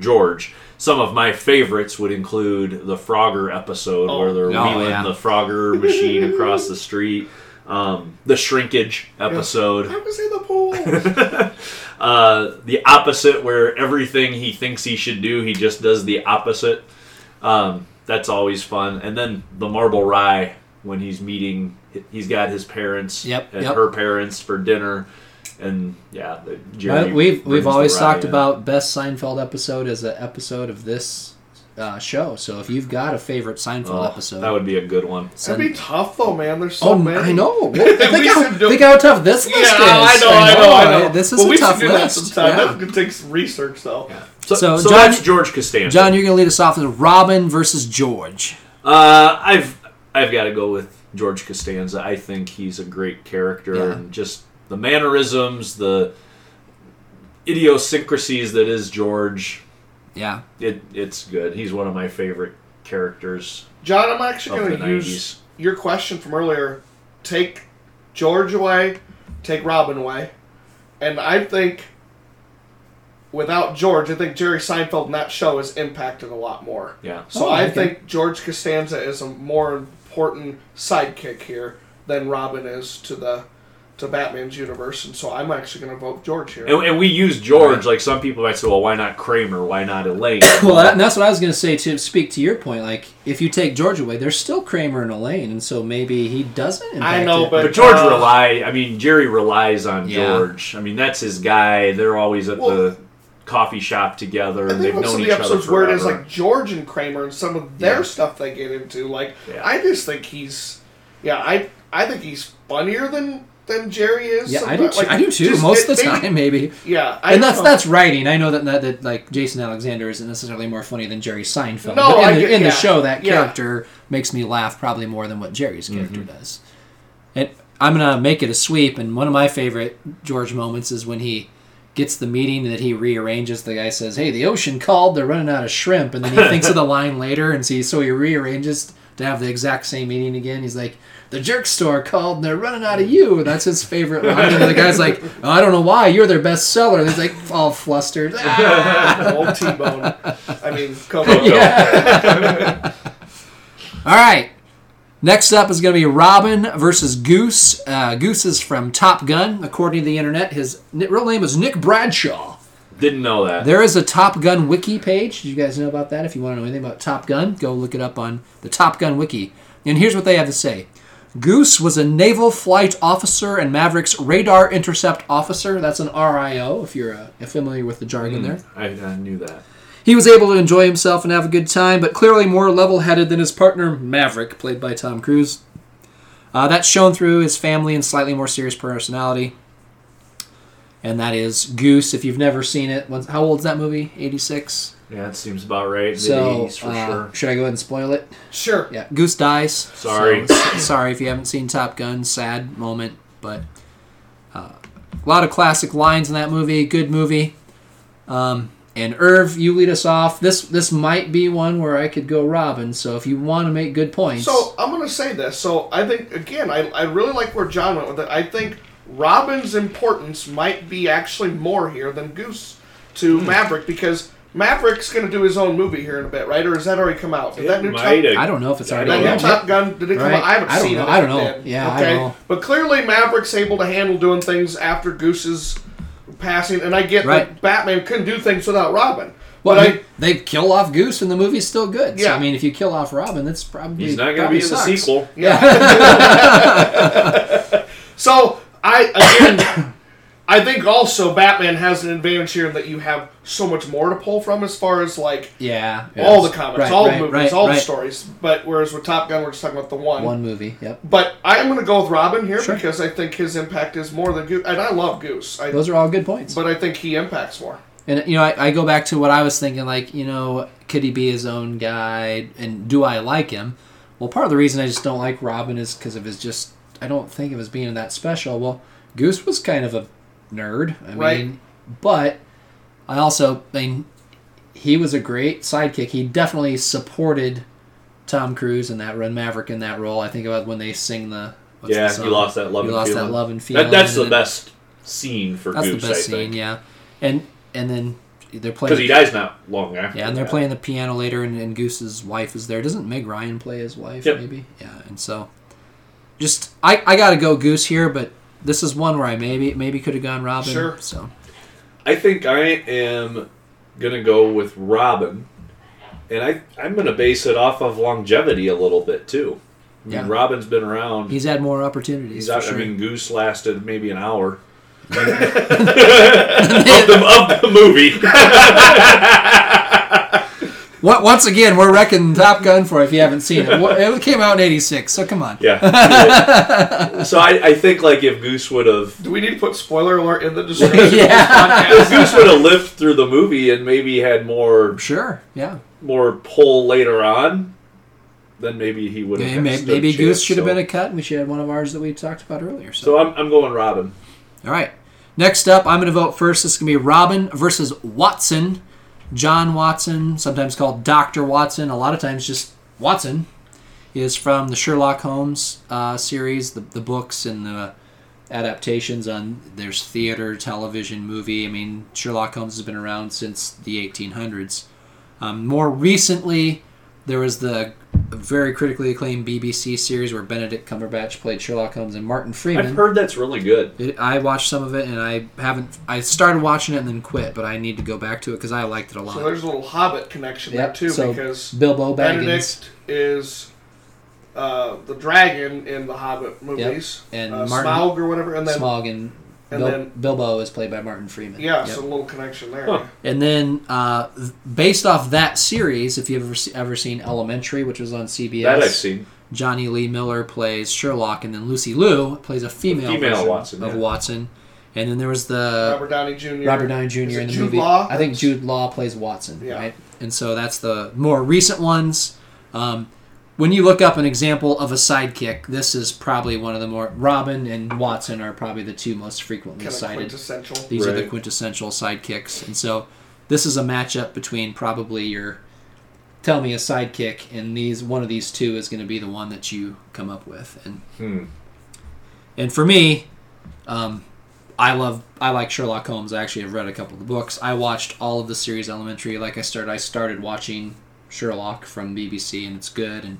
B: George. Some of my favorites would include the Frogger episode
C: Oh.
B: where they're
A: Oh,
B: wheeling
A: yeah.
B: the Frogger machine across the street, um, the Shrinkage episode,
C: I was in the pool.
B: uh, the opposite where everything he thinks he should do, he just does the opposite. Um, that's always fun. And then the Marble Rye when he's meeting, he's got his parents
A: Yep,
B: and
A: yep.
B: her parents for dinner, and yeah, the- Jerry
A: But we've
B: brings
A: we've
B: the
A: always
B: rye
A: talked
B: in.
A: about best Seinfeld episode as an episode of this uh, show. So if you've got a favorite Seinfeld
B: Oh,
A: episode,
B: That would be a good one.
A: send-
C: It'd be tough though, man. There's so
A: Oh,
C: many.
A: I know. Well, think,
C: We
A: how,
C: should do-
A: think how tough this list
C: Yeah,
A: is.
C: I know, I know, I know.
A: This is
C: Well,
A: a
C: we should
A: tough
C: do That
A: list.
C: sometime.
A: Yeah.
C: That could take some research, though.
B: So,
A: So,
B: so
A: John-
B: that's George Costanza.
A: John, you're going to lead us off with Robin versus George.
B: Uh, I've I've got to go with George Costanza. I think he's a great character
A: Yeah.
B: and just the mannerisms, the idiosyncrasies that is George.
A: Yeah.
B: It it's good. He's one of my favorite characters
C: John, I'm actually
B: of the
C: going to use
B: nineties.
C: your question from earlier. Take George away, take Robin away, and I think without George, I think Jerry Seinfeld in that show is impacted a lot more.
B: Yeah.
C: So
A: Oh,
C: I
A: okay.
C: think George Costanza is a more important sidekick here than Robin is to the to Batman's universe, and so I'm actually going to vote George here.
B: And, and we use George like some people might say, well, why not Kramer? Why not Elaine?
A: Well, that, and that's what I was going to say to speak to your point. Like, if you take George away, there's still Kramer and Elaine, and so maybe he doesn't. Impact
C: I know,
A: it.
B: but George
C: Uh,
B: rely. I mean, Jerry relies on
A: Yeah.
B: George. I mean, that's his guy. They're always at
C: Well-
B: the coffee shop together.
C: I
B: and
C: think
B: They've
C: most of
B: known each
C: the
B: other
C: episodes
B: forever.
C: where it is like George and Kramer and some of their
B: Yeah.
C: stuff they get into. Like
B: Yeah.
C: I just think he's, yeah, I I think he's funnier than than Jerry is.
A: yeah, I do.
C: sometimes.
A: too-
C: Like,
A: I do too.
C: just-
A: Most
C: it-
A: of the
C: maybe-
A: time, maybe.
C: Yeah, I
A: And that's
C: don't know.
A: that's writing. I know that, that that like Jason Alexander isn't necessarily more funny than Jerry Seinfeld.
C: No,
A: but in,
C: I
A: the,
C: get-
A: in the
C: yeah,
A: show, that
C: yeah.
A: character makes me laugh probably more than what Jerry's character does. And I'm gonna make it a sweep. And one of my favorite George moments is when he gets the meeting that he rearranges. The guy says, "Hey, the ocean called. They're running out of shrimp." And then he thinks of the line later, and see, so he rearranges to have the exact same meeting again. He's like, "The jerk store called. and They're running out of you." That's his favorite line. And the guy's like, "Oh, "I don't know why. You're their best seller." And he's like, all flustered. Ah!
C: old T Bone. I mean, come on.
A: Yeah. all right. Next up is going to be Robin versus Goose. Uh, Goose is from Top Gun, according to the internet. His ni- real name is Nick Bradshaw.
B: didn't know that.
A: There is a Top Gun wiki page. Did you guys know about that? If you want to know anything about Top Gun, go look it up on the Top Gun wiki. And here's what they have to say Goose was a naval flight officer and Maverick's radar intercept officer. That's an RIO, if you're uh, familiar with the jargon there.
B: I, I knew that.
A: He was able to enjoy himself and have a good time, but clearly more level headed than his partner, Maverick, played by Tom Cruise. Uh, that's shown through his family and slightly more serious personality. And that is Goose, if you've never seen it. Once, how old's that movie? 86?
B: Yeah, it seems about right.
A: So,
B: So, for
A: uh,
B: sure.
A: should I go ahead and spoil it?
C: Sure.
A: Yeah, Goose dies.
B: Sorry.
A: So, s- sorry if you haven't seen Top Gun. Sad moment, but uh, a lot of classic lines in that movie. Good movie. Um, and Irv, you lead us off. This this might be one where I could go Robin. So if you want to make good points,
C: So I'm gonna say this. So I think again, I, I really like where John went with it. I think Robin's importance might be actually more here than Goose to
B: Hmm.
C: Maverick because Maverick's gonna do his own movie here in a bit, right? Or has that already come out? Did
B: It
C: that new
B: might
C: Top,
B: have-
A: I don't know if it's
B: I
A: already.
C: that
B: don't
C: new
B: know.
A: out.
C: Top Gun did it come
A: Right.
C: out? I haven't
A: I don't
C: seen
A: know.
C: it.
A: I don't know.
C: then.
A: Yeah, I
C: okay.
A: know.
C: But clearly Maverick's able to handle doing things after Goose's passing, and I get
A: Right.
C: that Batman couldn't do things without Robin.
A: Well,
C: but I,
A: they, they kill off Goose, and the movie's still good. So,
C: Yeah.
A: I mean, if you kill off Robin, that's probably
B: He's not going to
A: probably
B: be in the
A: sucks.
B: sequel.
C: Yeah. so I again, I think also Batman has an advantage here in that you have so much more to pull from as far as like
A: Yeah,
C: all the comics,
A: Right,
C: all
A: right,
C: the movies,
A: right,
C: all
A: right.
C: the stories. But whereas with Top Gun, we're just talking about the one.
A: One movie. Yep.
C: But I am going to go with Robin here
A: Sure.
C: because I think his impact is more than Goose, and I love Goose. I,
A: Those are all good points.
C: but I think he impacts more.
A: And you know, I, I go back to what I was thinking. Like, you know, could he be his own guy? And do I like him? Well, part of the reason I just don't like Robin is because of his just. I don't think of his being that special. Well, Goose was kind of a nerd. I
C: Right.
A: mean, but I also mean he was a great sidekick. He definitely supported Tom Cruise in that run, Maverick in that role. I think about when they sing the. what's
B: Yeah,
A: the song?
B: you lost that love
A: You
B: and
A: lost that
B: feeling.
A: love and feeling,
B: that's the
A: and then-
B: best scene for
A: That's
B: Goose,
A: the best
B: I
A: scene,
B: think.
A: yeah. And and then they're playing
B: Because he dies not long after.
A: yeah, and they're
B: that.
A: playing the piano later, and, and Goose's wife is there. Doesn't Meg Ryan play his wife?
B: Yep.
A: Maybe. Yeah, and so just I, I gotta go Goose here, but this is one where I maybe maybe could have gone Robin.
C: Sure.
A: So
B: I think I am gonna go with Robin, and I I'm gonna base it off of longevity a little bit too. I mean,
A: Yeah.
B: Robin's been around.
A: he's had more opportunities.
B: He's
A: for
B: out,
A: sure.
B: I mean, Goose lasted maybe an hour. of, the, of the movie.
A: Wa- Once again, we're wrecking Top Gun for if you haven't seen it. Wa- It came out in '86, so come on.
B: yeah. so I, I think like if Goose would have
C: Do we need to put spoiler alert in the description?
A: Yeah.
B: if Goose would have lived through the movie and maybe had more
A: Sure. Yeah.
B: more pull later on, then maybe he would have.
A: Maybe,
B: had
A: maybe,
B: stood chance,
A: Goose should have
B: so.
A: been a cut. and We should have had one of ours that we talked about earlier. So.
B: So I'm, I'm going Robin.
A: All right. Next up, I'm going to vote first. This is going to be Robin versus Watson. John Watson, sometimes called Dr. Watson, a lot of times just Watson, is from the Sherlock Holmes uh, series, the, the books and the adaptations on there's theater, television, movie. I mean, Sherlock Holmes has been around since the 1800s. Um, more recently, There was the very critically acclaimed BBC series where Benedict Cumberbatch played Sherlock Holmes and Martin Freeman.
B: I've heard that's really good.
A: It, I watched some of it and I haven't. I started watching it and then quit, but I need to go back to it because I liked it a lot.
C: So there's a little Hobbit connection there
A: Yep,
C: too,
A: so
C: because
A: Bilbo Baggins
C: Benedict is uh, the dragon in the Hobbit movies,
A: and
C: uh,
A: Martin-
C: Smaug or whatever, and then
A: Smog and,
C: and
A: Bil-
C: then-
A: Bilbo is played by Martin Freeman.
C: yeah,
A: Yep.
C: so a little connection there.
B: Huh.
A: and then uh, th- based off that series, if you've ever se- ever seen Elementary, which was on CBS,
B: That I've seen.
A: Johnny Lee Miller plays Sherlock, and then Lucy Liu plays a female,
B: Female
A: version
B: Watson,
A: of
B: yeah.
A: Watson. And then there was the
C: Robert Downey Jr.
A: Robert Downey Jr.
C: Is it
A: in the
C: Jude
A: movie.
C: Law?
A: I think Jude Law plays Watson,
C: Yeah.
A: right? And so that's the more recent ones. Um, when you look up an example of a sidekick, this is probably one of the more Robin and Watson are probably the two most frequently
C: kind of
A: cited.
C: quintessential.
A: These are the
B: Right.
A: quintessential sidekicks, and so this is a matchup between probably your tell me a sidekick, and these one of these two is going to be the one that you come up with, and
B: Hmm.
A: and for me, um, I love I like Sherlock Holmes. I actually have read a couple of the books. I watched all of the series Elementary. Like I started, I started watching Sherlock from BBC, and it's good. And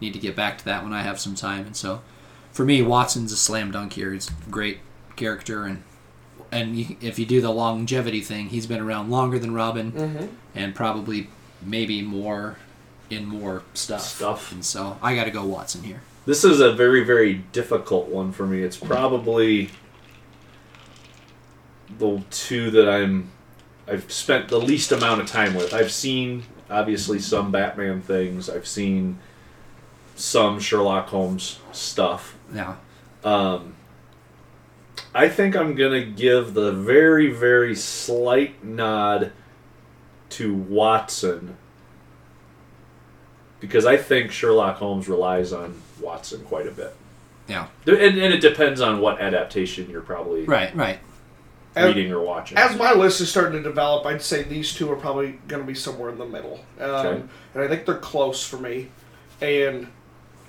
A: need to get back to that when I have some time. And so, for me, Watson's a slam dunk here. He's a great character, and and you, if you do the longevity thing, he's been around longer than Robin, and probably maybe more in more stuff.
B: Stuff.
A: And so I got to go Watson here.
B: This is a very, very difficult one for me. It's probably the two that I'm I've spent the least amount of time with. I've seen obviously some Batman things. I've seen some Sherlock Holmes stuff.
A: Now,
B: Um, I think I'm gonna give the very, very slight nod to Watson because I think Sherlock Holmes relies on Watson quite a bit.
A: yeah,
B: And, and it depends on what adaptation you're probably
A: right, right.
B: reading or watching.
C: As my list is starting to develop, I'd say these two are probably going to be somewhere in the middle. Um,
B: Okay.
C: And I think they're close for me. And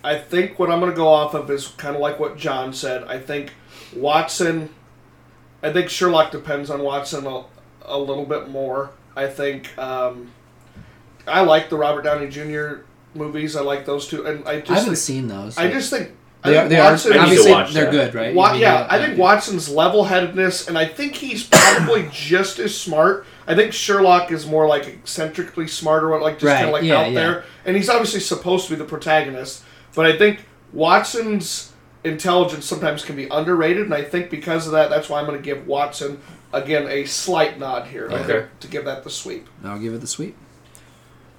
C: I think what I'm going to go off of is kind of like what John said. I think Watson, I think Sherlock depends on Watson a, a little bit more. I think um, I like the Robert Downey Jr. movies. I like those two. And I
A: I
C: just,
A: haven't
C: think,
A: seen those.
C: I just think. I
A: They are,
C: think
A: they are
C: Watson-
B: I need to
A: obviously
B: watch
A: they're
B: that.
A: good, right?
C: Wa-
A: You
C: yeah,
A: need to-
C: I think Watson's level-headedness, and I think he's probably just as smart. I think Sherlock is more like eccentrically smarter, what like just kind
A: Right,
C: of like
A: yeah,
C: out
A: yeah.
C: there. And he's obviously supposed to be the protagonist, but I think Watson's intelligence sometimes can be underrated, and I think because of that, that's why I'm going to give Watson again a slight nod here. I
B: Okay.
C: think, to give that the sweep.
A: I'll give it the sweep.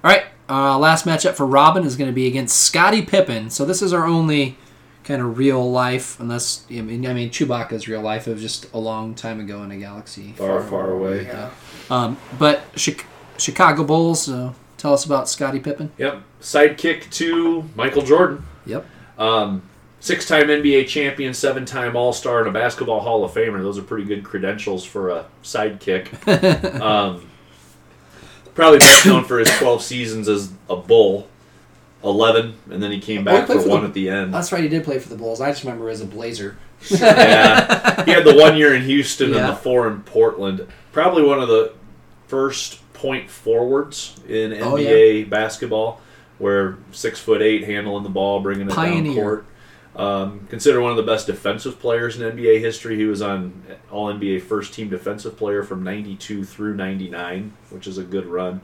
A: All right, uh, last matchup for Robin is going to be against Scottie Pippen. So this is our only kind of real life, unless I mean, I mean Chewbacca's real life. It was just a long time ago in a galaxy.
B: far, far away.
C: Yeah.
A: Um, but Chi- Chicago Bulls. So tell us about Scottie Pippen.
B: Yep. Sidekick to Michael Jordan.
A: Yep.
B: Um, six time NBA champion, seven time All Star, and a Basketball Hall of Famer. Those are pretty good credentials for a sidekick. um, probably best known for his 12 seasons as a Bull, 11, and then he came
A: Oh, he
B: back
A: played
B: for,
A: for
B: one
A: the-
B: at the end.
A: That's right. He did play for the Bulls. I just remember as a Blazer.
B: yeah. He had the one year in Houston and
A: Yeah.
B: the four in Portland. Probably one of the first point forwards in NBA
A: Oh,
B: basketball, where six foot eight handling the ball, bringing it
A: Pioneer.
B: down court. Um, considered one of the best defensive players in NBA history. He was on All NBA First Team Defensive Player from '92 through '99, which is a good run.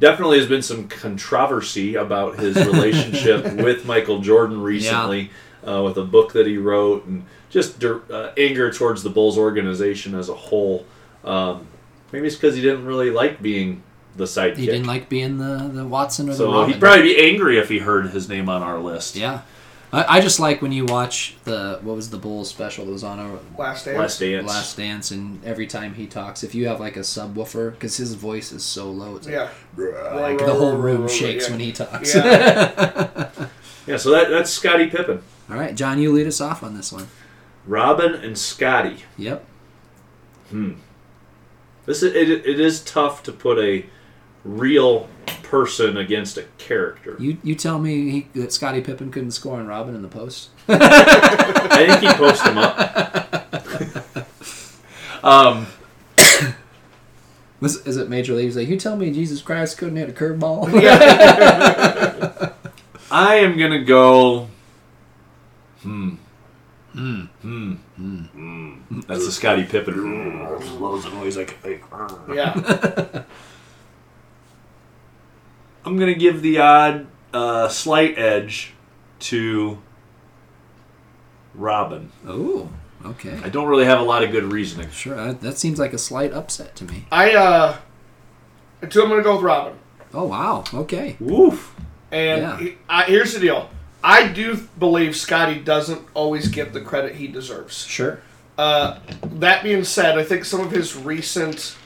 B: Definitely has been some controversy about his relationship with Michael Jordan recently, uh, with a book that he wrote, and just dir- uh, anger towards the Bulls organization as a whole. Um, maybe it's because he didn't really like being the sidekick.
A: He didn't like being the, the Watson or the
B: so
A: Robin.
B: he'd probably be angry if he heard his name on our list.
A: yeah. I, I just like when you watch the what was the Bulls special that was on over
C: Last dance.
B: Last dance.
A: Last Dance, and every time he talks, if you have like a subwoofer, because his voice is so low, it's like,
C: Yeah.
A: like the whole room shakes when he talks.
C: Yeah.
B: Yeah, so that, that's Scottie Pippen.
A: All right, John, you lead us off on this one.
B: Robin and Scotty.
A: Yep.
B: This is, it, it is tough to put a real person against a character.
A: You you tell me he, that Scottie Pippen couldn't score on Robin in the post.
B: I think he posts them up. um,
A: Was, is it Major League? He's like, you tell me Jesus Christ couldn't hit a curveball?
C: yeah.
B: I am gonna go. Hmm. Hmm. Hmm. Hmm. That's the Scotty Pippen. Hmm.
C: Yeah.
B: I'm gonna give the odd uh, slight edge to Robin.
A: Oh, okay.
B: I don't really have a lot of good reasoning.
A: Sure, I, that seems like a slight upset to me.
C: I uh, two. I'm gonna go with Robin.
A: Oh wow, okay.
B: Woof.
C: And
A: Yeah.
C: he- I, here's the deal. I do believe Scotty doesn't always get the credit he deserves.
A: Sure.
C: Uh, that being said, I think some of his recent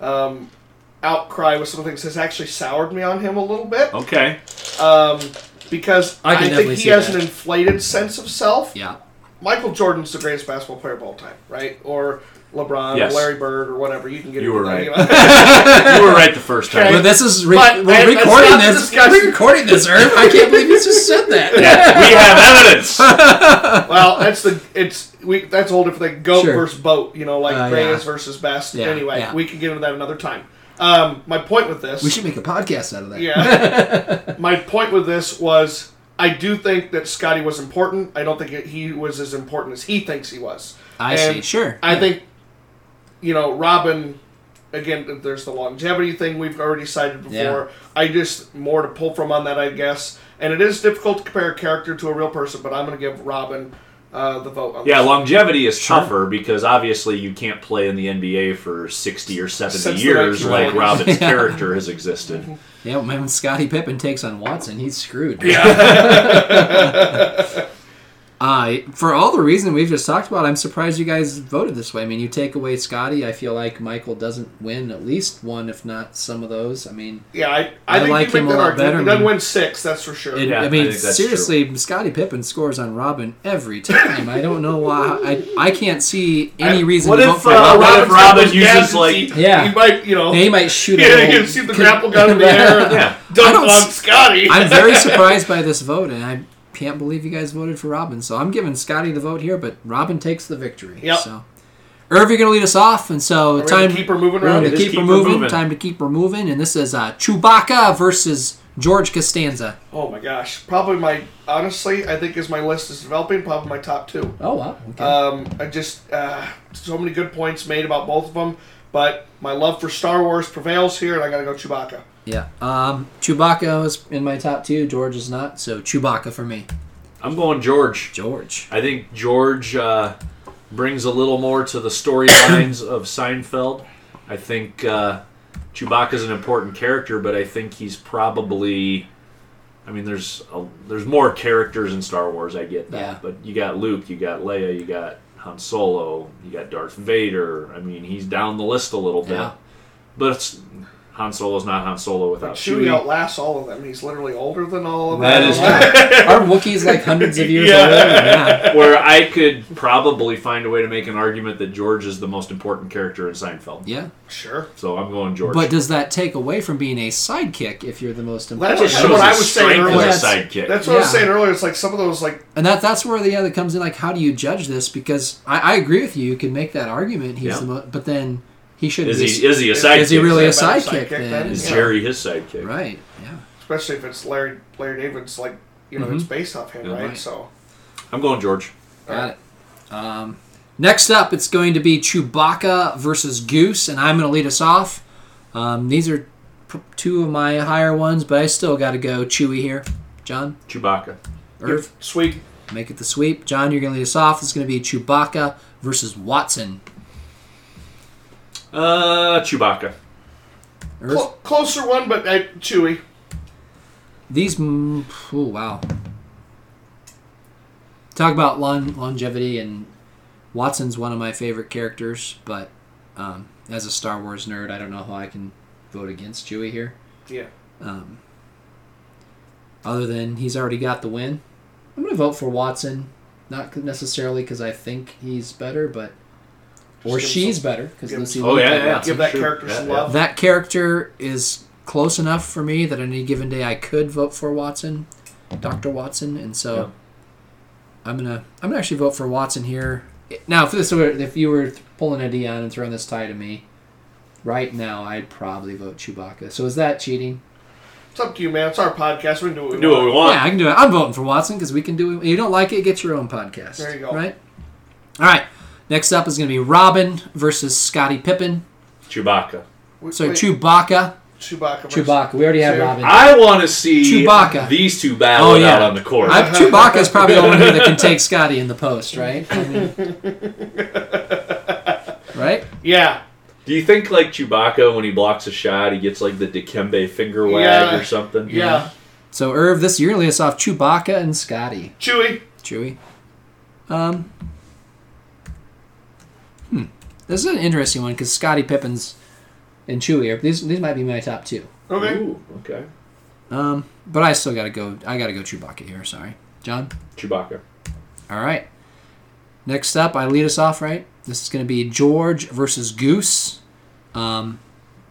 C: um, outcry with some things has actually soured me on him a little bit Um,
B: Okay.
C: because
A: Oh. I
C: I,
A: can
C: think
A: definitely
C: he
A: see
C: has
A: that.
C: an inflated sense of self.
A: Yeah.
C: Michael Jordan's the greatest basketball player of all time, right? Or LeBron,
B: Yes.
C: or Larry Bird, or whatever. You can get
B: You were
C: into that,
B: right.
C: you
B: You
C: know.
B: were right the first time.
A: But this is re-
C: But
A: we're
C: that- that's
A: recording
C: not the
A: this.
C: discussion.
A: We're recording this, Irv. I can't believe you just said that.
B: Yeah, we have evidence.
C: well, that's the it's we that's a whole different thing. Goat
A: Sure.
C: versus boat, you know, like
A: Uh,
C: greatest
A: yeah.
C: versus best.
A: Yeah,
C: anyway,
A: yeah.
C: we can get into that another time. Um, my point with this,
A: We should make a podcast out of that.
C: yeah, my point with this was I do think that Scotty was important. I don't think he was as important as he thinks he was.
A: I
C: And
A: see. Sure.
C: I think, you know, Robin. Again, there's the longevity thing we've already cited before.
A: Yeah.
C: I just more to pull from on that, I guess. And it is difficult to compare a character to a real person, but I'm going to give Robin uh, the vote. On
B: Yeah,
C: this.
B: longevity is tougher because obviously you can't play in the NBA for 60 or 70
C: Since the
B: years
C: 1940s.
B: like Robin's character has existed.
A: Yeah, when Scottie Pippen takes on Watson, he's screwed.
B: Yeah.
A: Uh, for all the reason we've just talked about, I'm surprised you guys voted this way. I mean, you take away Scotty, I feel like Michael doesn't win at least one, if not some of those. I mean,
C: Yeah, I,
A: I
C: I, think
A: like
C: you make
A: him a
C: that
A: lot
C: argument.
A: better,
C: He doesn't
A: man.
C: win six, that's for sure.
A: it,
B: Yeah,
A: I
B: I
A: mean,
B: think that's
A: seriously, Scottie Pippen scores on Robin every time. I don't know why. I, I can't see any
C: I-
A: reason
B: what
A: to
B: if,
A: vote for
B: uh,
A: Robin.
B: what if
C: Robin's got
B: Robin
C: those
B: uses,
C: gadgets,
B: like-
C: he-
A: Yeah.
C: he might, you know,
A: He might shoot. a
C: yeah, you
A: little-
C: can see the grapple gun in the air. and
B: Yeah.
A: I
C: Dunk
A: don't
C: on
A: s-
C: Scotty.
A: I'm very surprised by this vote, and I can't believe you guys voted for Robin. So I'm giving Scotty the vote here, but Robin takes the victory.
C: Yep.
A: So, Irv, you're gonna lead us off, and so
C: We're gonna
A: time
C: keep her moving
A: we're
C: around.
A: gonna
B: It is
A: keep, her moving, Time to keep her moving, and this is uh, Chewbacca versus George Costanza.
C: Oh my gosh. Probably my, honestly, I think as my list is developing, probably my top two.
A: Oh wow. Okay.
C: Um, I just uh, so many good points made about both of them, but my love for Star Wars prevails here, and I gotta go Chewbacca.
A: yeah. Um, Chewbacca was in my top two. George is not, so Chewbacca for me.
B: I'm going George.
A: George.
B: I think George uh, brings a little more to the storylines of Seinfeld. I think uh, Chewbacca's an important character, but I think he's probably. I mean, there's a, there's more characters in Star Wars. I get that,
A: Yeah.
B: but you got Luke, you got Leia, you got Han Solo, you got Darth Vader. I mean, he's down the list a little bit.
A: Yeah.
B: But it's, Han Solo's not Han Solo without
C: Chewie
B: Chewie.
C: outlasts all of them. He's literally older than all of
A: That
C: them.
A: is true. Our Wookiee's like hundreds of years
C: Yeah.
A: old. Yeah.
B: Where I could probably find a way to make an argument that George is the most important character in Seinfeld.
A: Yeah.
C: Sure.
B: So I'm going George.
A: But does that take away from being a sidekick if you're the most important?
C: That's
B: Shows
C: what I
B: his
C: was saying
B: strength
A: earlier.
B: as a sidekick.
C: That's what I was
A: Yeah.
C: saying earlier. It's like some of those, like,
A: And that that's where the other comes in. Like, how do you judge this? Because I, I agree with you. You can make that argument. He's
B: Yeah.
A: the mo- but then he should
B: is
A: be
B: he is he a
C: Is
B: sidekick?
A: he really a
C: Is that a
A: sidekick?
C: sidekick
A: then?
C: then?
B: Is
C: Yeah.
B: Jerry his sidekick?
A: Right. Yeah.
C: especially if it's Larry Larry David's, like, you know, it's based off him,
B: Yeah,
C: right?
A: right.
C: So
B: I'm going George.
A: Got it. Um, next up, it's going to be Chewbacca versus Goose, and I'm going to lead us off. Um, these are p- two of my higher ones, but I still got to go Chewy here. John,
B: Chewbacca.
A: Irv,
C: sweet.
A: make it the sweep. John, you're going to lead us off. It's going to be Chewbacca versus Watson.
B: Uh, Chewbacca.
A: Irv?
C: Cl- closer one, but uh, Chewie.
A: These, mm, oh wow. Talk about lon- longevity, and Watson's one of my favorite characters. But um, as a Star Wars nerd, I don't know how I can vote against Chewie here.
C: Yeah.
A: Um, other than he's already got the win, I'm going to vote for Watson. Not c- necessarily because I think he's better, but or
C: give him
A: she's
C: some-
A: better because
C: give him
A: Lucy.
C: some-
B: Oh
A: Liu
B: yeah,
A: played
B: yeah.
A: Watson.
C: Give that
B: Sure.
C: character some
B: Yeah,
C: love.
A: That character is close enough for me that on any given day I could vote for Watson, Doctor Watson, and so
B: Yeah.
A: I'm gonna I'm gonna actually vote for Watson here. Now, if this were if you were pulling a Dion and throwing this tie to me, right now I'd probably vote Chewbacca. So is that cheating?
C: It's up to you, man. It's our podcast. We can do what we
B: Do what we
C: want.
B: want.
A: Yeah, I can do it. I'm voting for Watson because we can do it. You don't like it, get your own podcast.
C: There you go.
A: Right? All right. Next up is going to be Robin versus Scottie Pippen.
B: Chewbacca.
C: We-
A: So
C: wait,
A: Chewbacca.
C: Chewbacca. versus-
A: Chewbacca. We already have
C: Dude,
A: Robin.
B: I want to see
A: Chewbacca.
B: these two battle
A: Oh,
B: it
A: yeah.
B: out on the court.
A: I, Chewbacca's probably the only one here that can take Scotty in the post, right? I mean- right?
C: Yeah.
B: Do you think like Chewbacca when he blocks a shot, he gets like the Dikembe finger wag
C: Yeah.
B: or something?
C: Yeah.
A: So, Irv, this yearly is off Chewbacca and Scotty.
C: Chewy.
A: Chewy. Um, hmm. This is an interesting one because Scotty Pippen's and Chewy are these. These might be my top two.
C: Okay.
B: Ooh, okay.
A: Um, but I still gotta go. I gotta go Chewbacca here. Sorry, John.
B: Chewbacca.
A: All right. Next up, I lead us off, right? This is going to be George versus Goose. Um,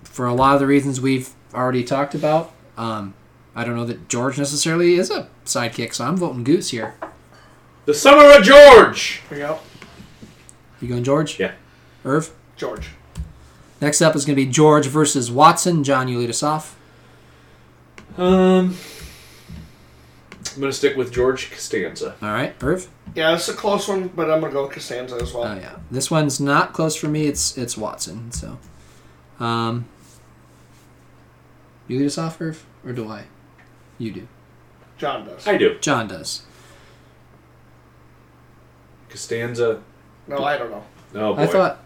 A: for a lot of the reasons we've already talked about, um, I don't know that George necessarily is a sidekick, so I'm voting Goose here.
B: The Summer of George.
C: Here we go.
A: You going George?
B: Yeah.
A: Irv?
C: George.
A: Next up is going to be George versus Watson. John, you lead us off.
B: Um, I'm gonna stick with George Costanza.
A: All right, Irv?
C: Yeah, it's a close one, but I'm gonna go with Costanza as well.
A: Oh yeah, this one's not close for me. It's it's Watson. So, um, you lead us off, Irv, or do I? You do.
C: John does.
B: I do.
A: John does.
B: Costanza.
C: no, I don't know.
B: Oh boy.
A: I thought.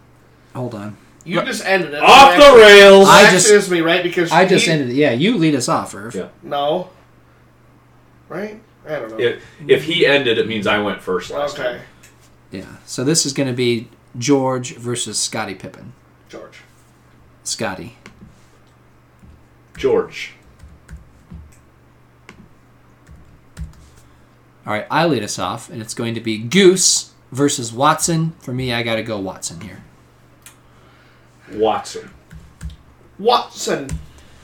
A: Hold on.
C: You just ended it.
B: Off the rails.
A: I
C: I
A: just-
C: just is me right because
A: I just
C: he-
A: ended it. Yeah, you lead us off, Irv.
B: Yeah.
C: No. Right? I don't know.
B: if, if he ended, it means I went first last
C: okay.
B: time.
A: Yeah. So this is going to be George versus Scotty Pippen.
C: George.
A: Scotty.
B: George.
A: All right, I lead us off, and it's going to be Goose versus Watson. For me, I got to go Watson here.
B: Watson.
C: Watson.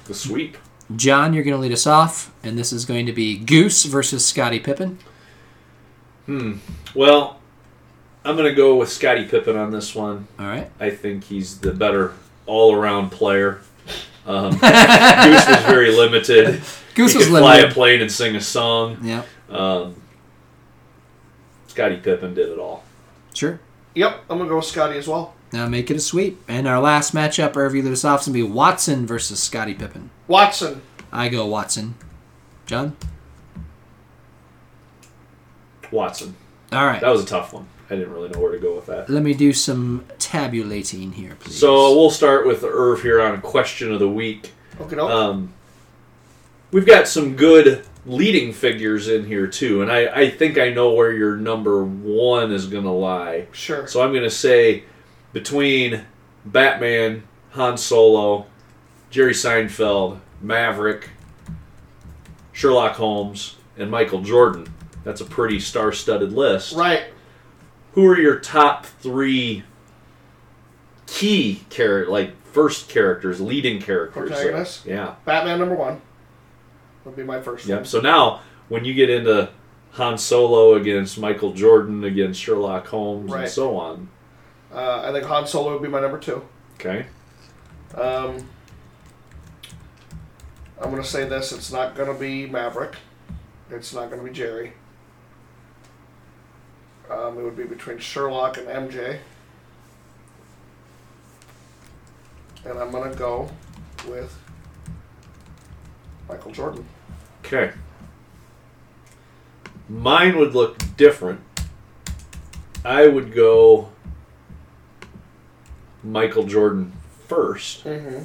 B: The sweep.
A: John, you're going to lead us off, and this is going to be Goose versus Scotty Pippen.
B: Well, I'm gonna go with Scottie Pippen on this one.
A: All right.
B: I think he's the better all-around player. Um, Goose was very limited.
A: Goose
B: he
A: was
B: could fly a
A: limited.
B: plane and sing a song.
A: Yeah,
B: Um, Scottie Pippen did it all.
A: sure.
C: Yep, I'm gonna go with Scotty as well.
A: Now make it a sweep. And our last matchup, Irv, you lead us off, is going to be Watson versus Scotty Pippen.
C: Watson.
A: I go Watson. John?
B: Watson.
A: All right.
B: That was a tough one. I didn't really know where to go with that.
A: Let me do some tabulating here, please.
B: So we'll start with Irv here on question of the week.
C: Okay, no.
B: Um, we've got some good leading figures in here too, and I, I think I know where your number one is going to lie.
C: sure.
B: So I'm going to say between Batman, Han Solo, Jerry Seinfeld, Maverick, Sherlock Holmes, and Michael Jordan. That's a pretty star-studded list.
C: right.
B: Who are your top three key character, like first characters, leading characters?
C: Protagonists?
B: Yeah.
C: Batman number one. Would be my first
B: Yep. So now, when you get into Han Solo against Michael Jordan against Sherlock Holmes
C: Right.
B: and so on,
C: one. Uh, I think Han Solo would be my number two.
B: okay,
C: Um, I'm gonna say this: it's not gonna be Maverick. It's not gonna be Jerry. Um, it would be between Sherlock and MJ. And I'm gonna go with Michael Jordan.
B: okay. Mine would look different. I would go Michael Jordan first
C: Mm-hmm.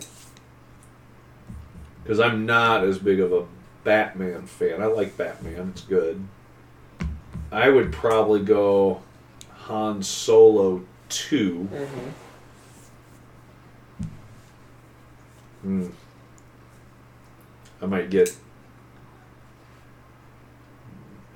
B: because I'm not as big of a Batman fan. I like Batman; it's good. I would probably go Han Solo two.
C: Mm-hmm.
B: Hmm. I might get.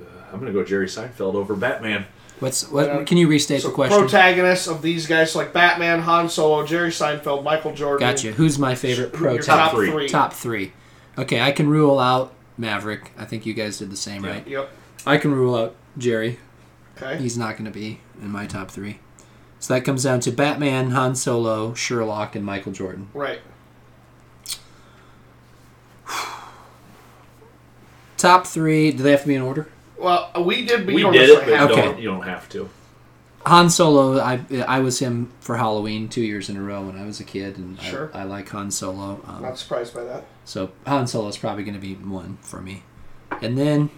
B: Uh, I'm gonna go Jerry Seinfeld over Batman.
A: What's what?
C: Yeah.
A: Can you restate
C: Um, So
A: the question?
C: protagonists of these guys like Batman, Han Solo, Jerry Seinfeld, Michael Jordan.
A: gotcha. Who's my favorite
C: Your
A: pro?
C: top
A: Top,
B: three.
C: three.
A: top three. Okay, I can rule out Maverick. I think you guys did the same,
B: Yeah.
A: right?
C: Yep.
A: I can rule out Jerry.
C: Okay.
A: He's not going to be in my top three. So that comes down to Batman, Han Solo, Sherlock, and Michael Jordan.
C: Right.
A: Top three. Do they have to be in order?
C: Well, uh, we did, but
B: we
C: you don't
B: did it,
C: necessarily
B: but
C: have
A: Okay.
B: don't, you don't have to.
A: Han Solo. I I was him for Halloween two years in a row when I was a kid, and I-
C: Sure.
A: I, like Han Solo.
C: to.
A: Um,
C: Not surprised by that.
A: So Han Solo is probably going to be one for me, and then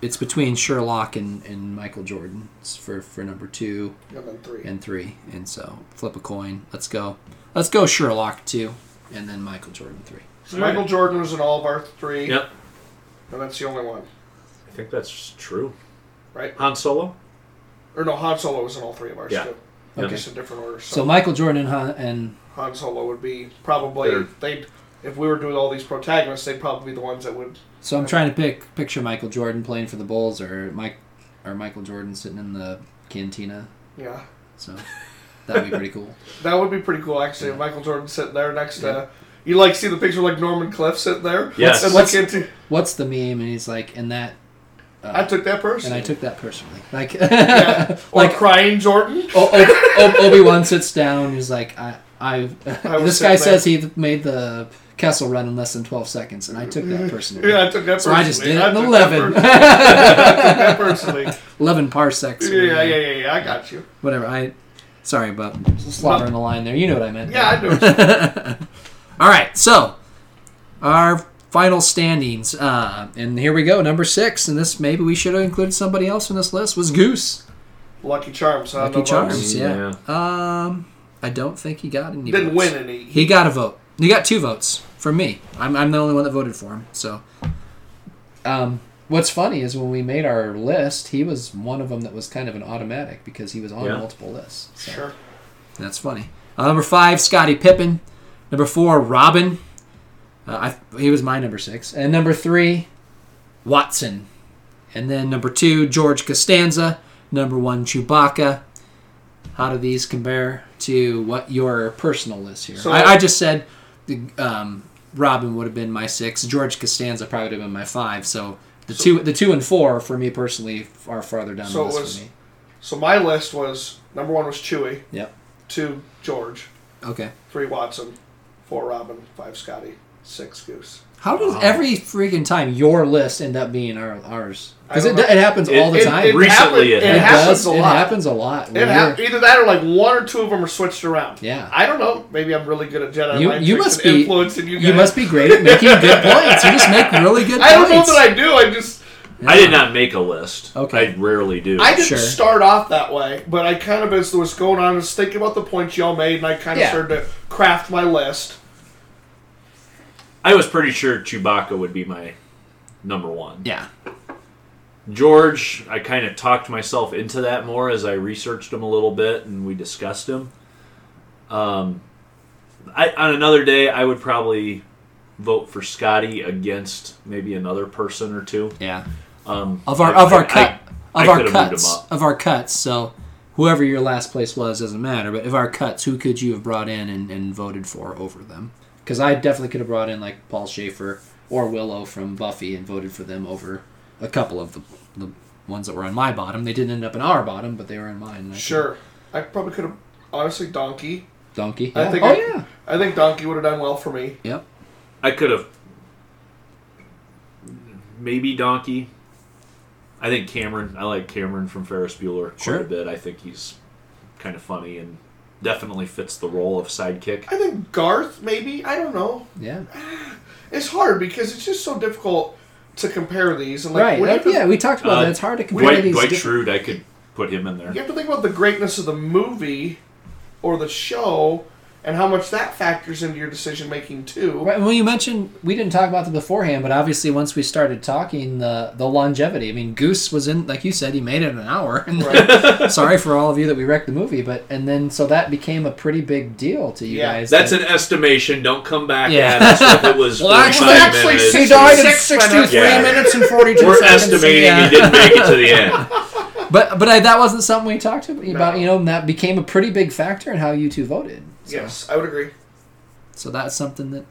A: it's between Sherlock and, and Michael Jordan It's for for number two
C: And then three.
A: and three, and so flip a coin. Let's go, let's go Sherlock two, and then Michael Jordan three.
C: So Michael Jordan was in all of our three,
B: Yep,
C: and that's the only one,
B: I think that's true.
C: right?
B: Han Solo.
C: Or no, Han Solo was in all three of ours
B: Yeah.
C: too.
B: Okay.
C: Just in different orders. So,
A: So Michael Jordan and Han, and
C: Han Solo would be probably
B: Third.
C: they'd if we were doing all these protagonists, they'd probably be the ones that would.
A: so I'm trying to pick picture Michael Jordan playing for the Bulls or Mike or Michael Jordan sitting in the cantina.
C: Yeah,
A: So that'd be pretty cool.
C: that would be pretty cool actually. if Michael Jordan sitting there next to. You like see the picture like Norman Cliff sitting there.
B: Yes.
C: And look into.
A: What's the meme? And he's like, and that,
C: I took that person.
A: and I took that personally. Like,
C: or
A: like
C: crying Jordan.
A: Obi Wan sits down. He's like, I, I.
C: was
A: this guy
C: sitting there.
A: says he made the Kessel run in less than twelve seconds, and I took that personally.
C: Mm. Yeah, I took that
A: So
C: personally.
A: I just did it in
C: took that
A: 11.
C: person- I took that personally.
A: Eleven parsecs. or
C: Yeah, yeah, yeah, yeah. I got you.
A: Whatever. I. Sorry about slaughtering the line there. You know what I meant.
C: Yeah, I do.
A: All right. So our final standings, uh, and here we go. Number six, and this maybe we should have included somebody else in this list was Goose.
C: Lucky Charms. Huh?
A: Lucky Charms.
B: votes.
A: Yeah. Um, I don't think he got any.
C: Didn't
A: votes.
C: win any.
A: He got a vote. He got two votes from me. I'm, I'm the only one that voted for him. So, um, what's funny is when we made our list, he was one of them that was kind of an automatic because he was on
B: Yeah.
A: multiple lists. So,
C: Sure.
A: That's funny. Uh, number five, Scottie Pippen. Number four, Robin. Uh, I, he was my number six. And number three, Watson. And then number two, George Costanza. Number one, Chewbacca. How do these compare to what your personal list here?
C: So-
A: I, I just said the, um, Robin would have been my six. George Costanza probably would have been my five. So the two, the two and four for me personally are farther down
C: So it
A: the list
C: was-
A: for me.
C: So my list was number one was Chewy,
A: Yep.
C: two George,
A: Okay.
C: three Watson, four Robin, five Scotty, six Goose.
A: How does
C: Uh,
B: Wow.
A: every freaking time your list end up being our, ours? Because
C: I
A: it,
C: don't
A: do-
C: know.
A: it happens all the
C: it,
A: time.
C: It,
B: Recently
C: happened-
B: it
C: it,
B: has.
C: happens
A: does.
C: a
A: It
C: lot.
A: happens a lot.
C: It
A: When
C: ha-
A: you're-
C: either that or like one or two of them are switched around.
A: Yeah.
C: I don't know. Maybe I'm really good at Jedi
A: You-
C: mind
A: you
C: tricks
A: must
C: and
A: be-
C: influencing you guys.
A: you must be great at making good points. You just make really good
C: I don't
A: points.
C: know that I do. I just
B: I did not make a list.
A: Okay.
B: I rarely do.
C: I didn't
A: Sure.
C: start off that way, but I kind of as was going on, I was thinking about the points y'all made, and I kind of
A: Yeah.
C: started to craft my list.
B: I was pretty sure Chewbacca would be my number one.
A: Yeah.
B: George, I kind of talked myself into that more as I researched him a little bit and we discussed him. Um, I, on another day, I would probably vote for Scotty against maybe another person or two.
A: Yeah.
B: Um,
A: Of our
B: I-
A: of our
B: I-
A: cut
B: I
A: of our
B: could've moved
A: cuts
B: him up.
A: of our cuts. So whoever your last place was doesn't matter. But of our cuts, who could you have brought in and, and voted for over them? Because I definitely could have brought in like Paul Schaefer or Willow from Buffy and voted for them over a couple of the the ones that were on my bottom. They didn't end up in our bottom, but they were in mine. I think.
C: Sure, I probably could have honestly donkey.
A: Donkey.
C: I
A: Yeah.
C: think
A: oh
C: I-
A: yeah.
C: I think donkey would have done well for me.
A: Yep.
B: I could have maybe Donkey. I think Cameron. I like Cameron from Ferris Bueller quite
A: Sure.
B: a bit. I think he's kind of funny and definitely fits the role of sidekick.
C: I think Garth maybe. I don't know.
A: Yeah.
C: It's hard because it's just so difficult to compare these. And like,
A: right.
C: when you
A: That-
C: have to-
A: yeah. We talked about
B: Uh,
A: that. It's hard to compare
B: Dwight,
A: these.
B: Dwight
A: di-
B: Schrute, I could put him in there.
C: you have to think about the greatness of the movie or the show and how much that factors into your decision making too.
A: Right, well, you mentioned we didn't talk about that beforehand, but obviously once we started talking, the the longevity. I mean, Goose was in, like you said, he made it an hour. And sorry for all of you that we wrecked the movie, but and then so that became a pretty big deal to you
C: Yeah,
A: guys.
B: That's
A: that-
B: an estimation. Don't come back
A: Yeah.
B: at us if it was
A: Well, actually-
B: 45
C: actually,
B: minutes.
A: He died in
C: Six minutes.
A: sixty-three
B: Yeah.
A: minutes and forty-two
B: We're
A: seconds.
B: estimating
A: yeah.
B: he didn't make it to the end.
A: But but I, that wasn't something we talked about.
C: No.
A: You know, and that became a pretty big factor in how you two voted. So,
C: Yes, I would agree.
A: So that's something that.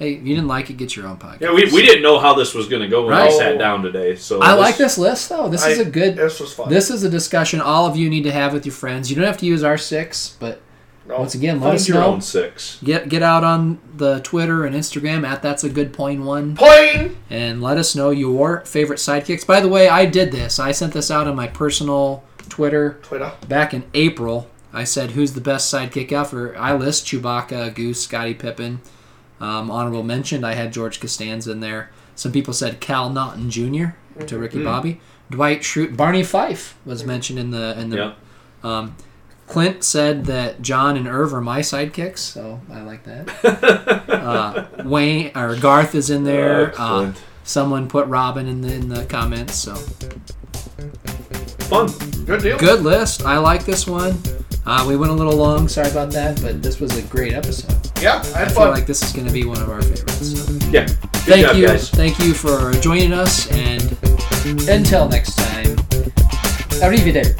A: Hey, if you didn't like it, get your own podcast.
B: Yeah, we, we didn't know how this was going to go when
A: Right.
B: we sat down today. So
A: I like this list though. This is
C: I-
A: a good.
C: This was fun.
A: This is a discussion all of you need to have with your friends. You don't have to use our six, but
C: No.
A: Once again, let
B: Find
A: us
B: your
A: know.
B: own six.
A: Get get out on the Twitter and Instagram at that's a good point one,
C: Plain.
A: and let us know your favorite sidekicks. By the way, I did this. I sent this out on my personal Twitter
C: Twitter.
A: back in April. I said who's the best sidekick ever. I list Chewbacca, Goose, Scottie Pippen. Um, honorable mentioned. I had George Costanza in there. Some people said Cal Naughton Jr. to Ricky
B: Hmm.
A: Bobby, Dwight Schrute, Barney Fife was mentioned in the in the
B: Yeah.
A: Clint said that John and Irv are my sidekicks, so I like that. uh, Wayne or Garth is in there.
B: Uh,
A: Uh,
B: Clint.
A: someone put Robin in the in the comments. So
B: Fun.
C: Good deal.
A: good list. I like this one. Uh, we went a little long. Sorry about that, but this was a great episode.
C: Yeah,
A: I
C: I had
A: feel
C: fun.
A: like this is going to be one of our favorites. So,
B: Yeah. Good
A: thank
B: job,
A: you,
B: guys.
A: thank you for joining us, and until next time, arrivederci.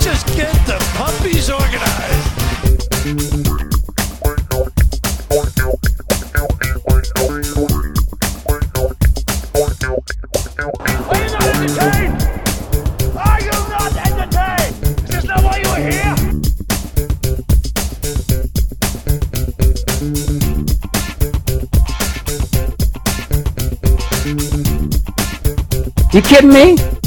D: Just get the puppies organized.
E: Are you not entertained? Are you not entertained? Is this not why you are here?
F: You kidding me?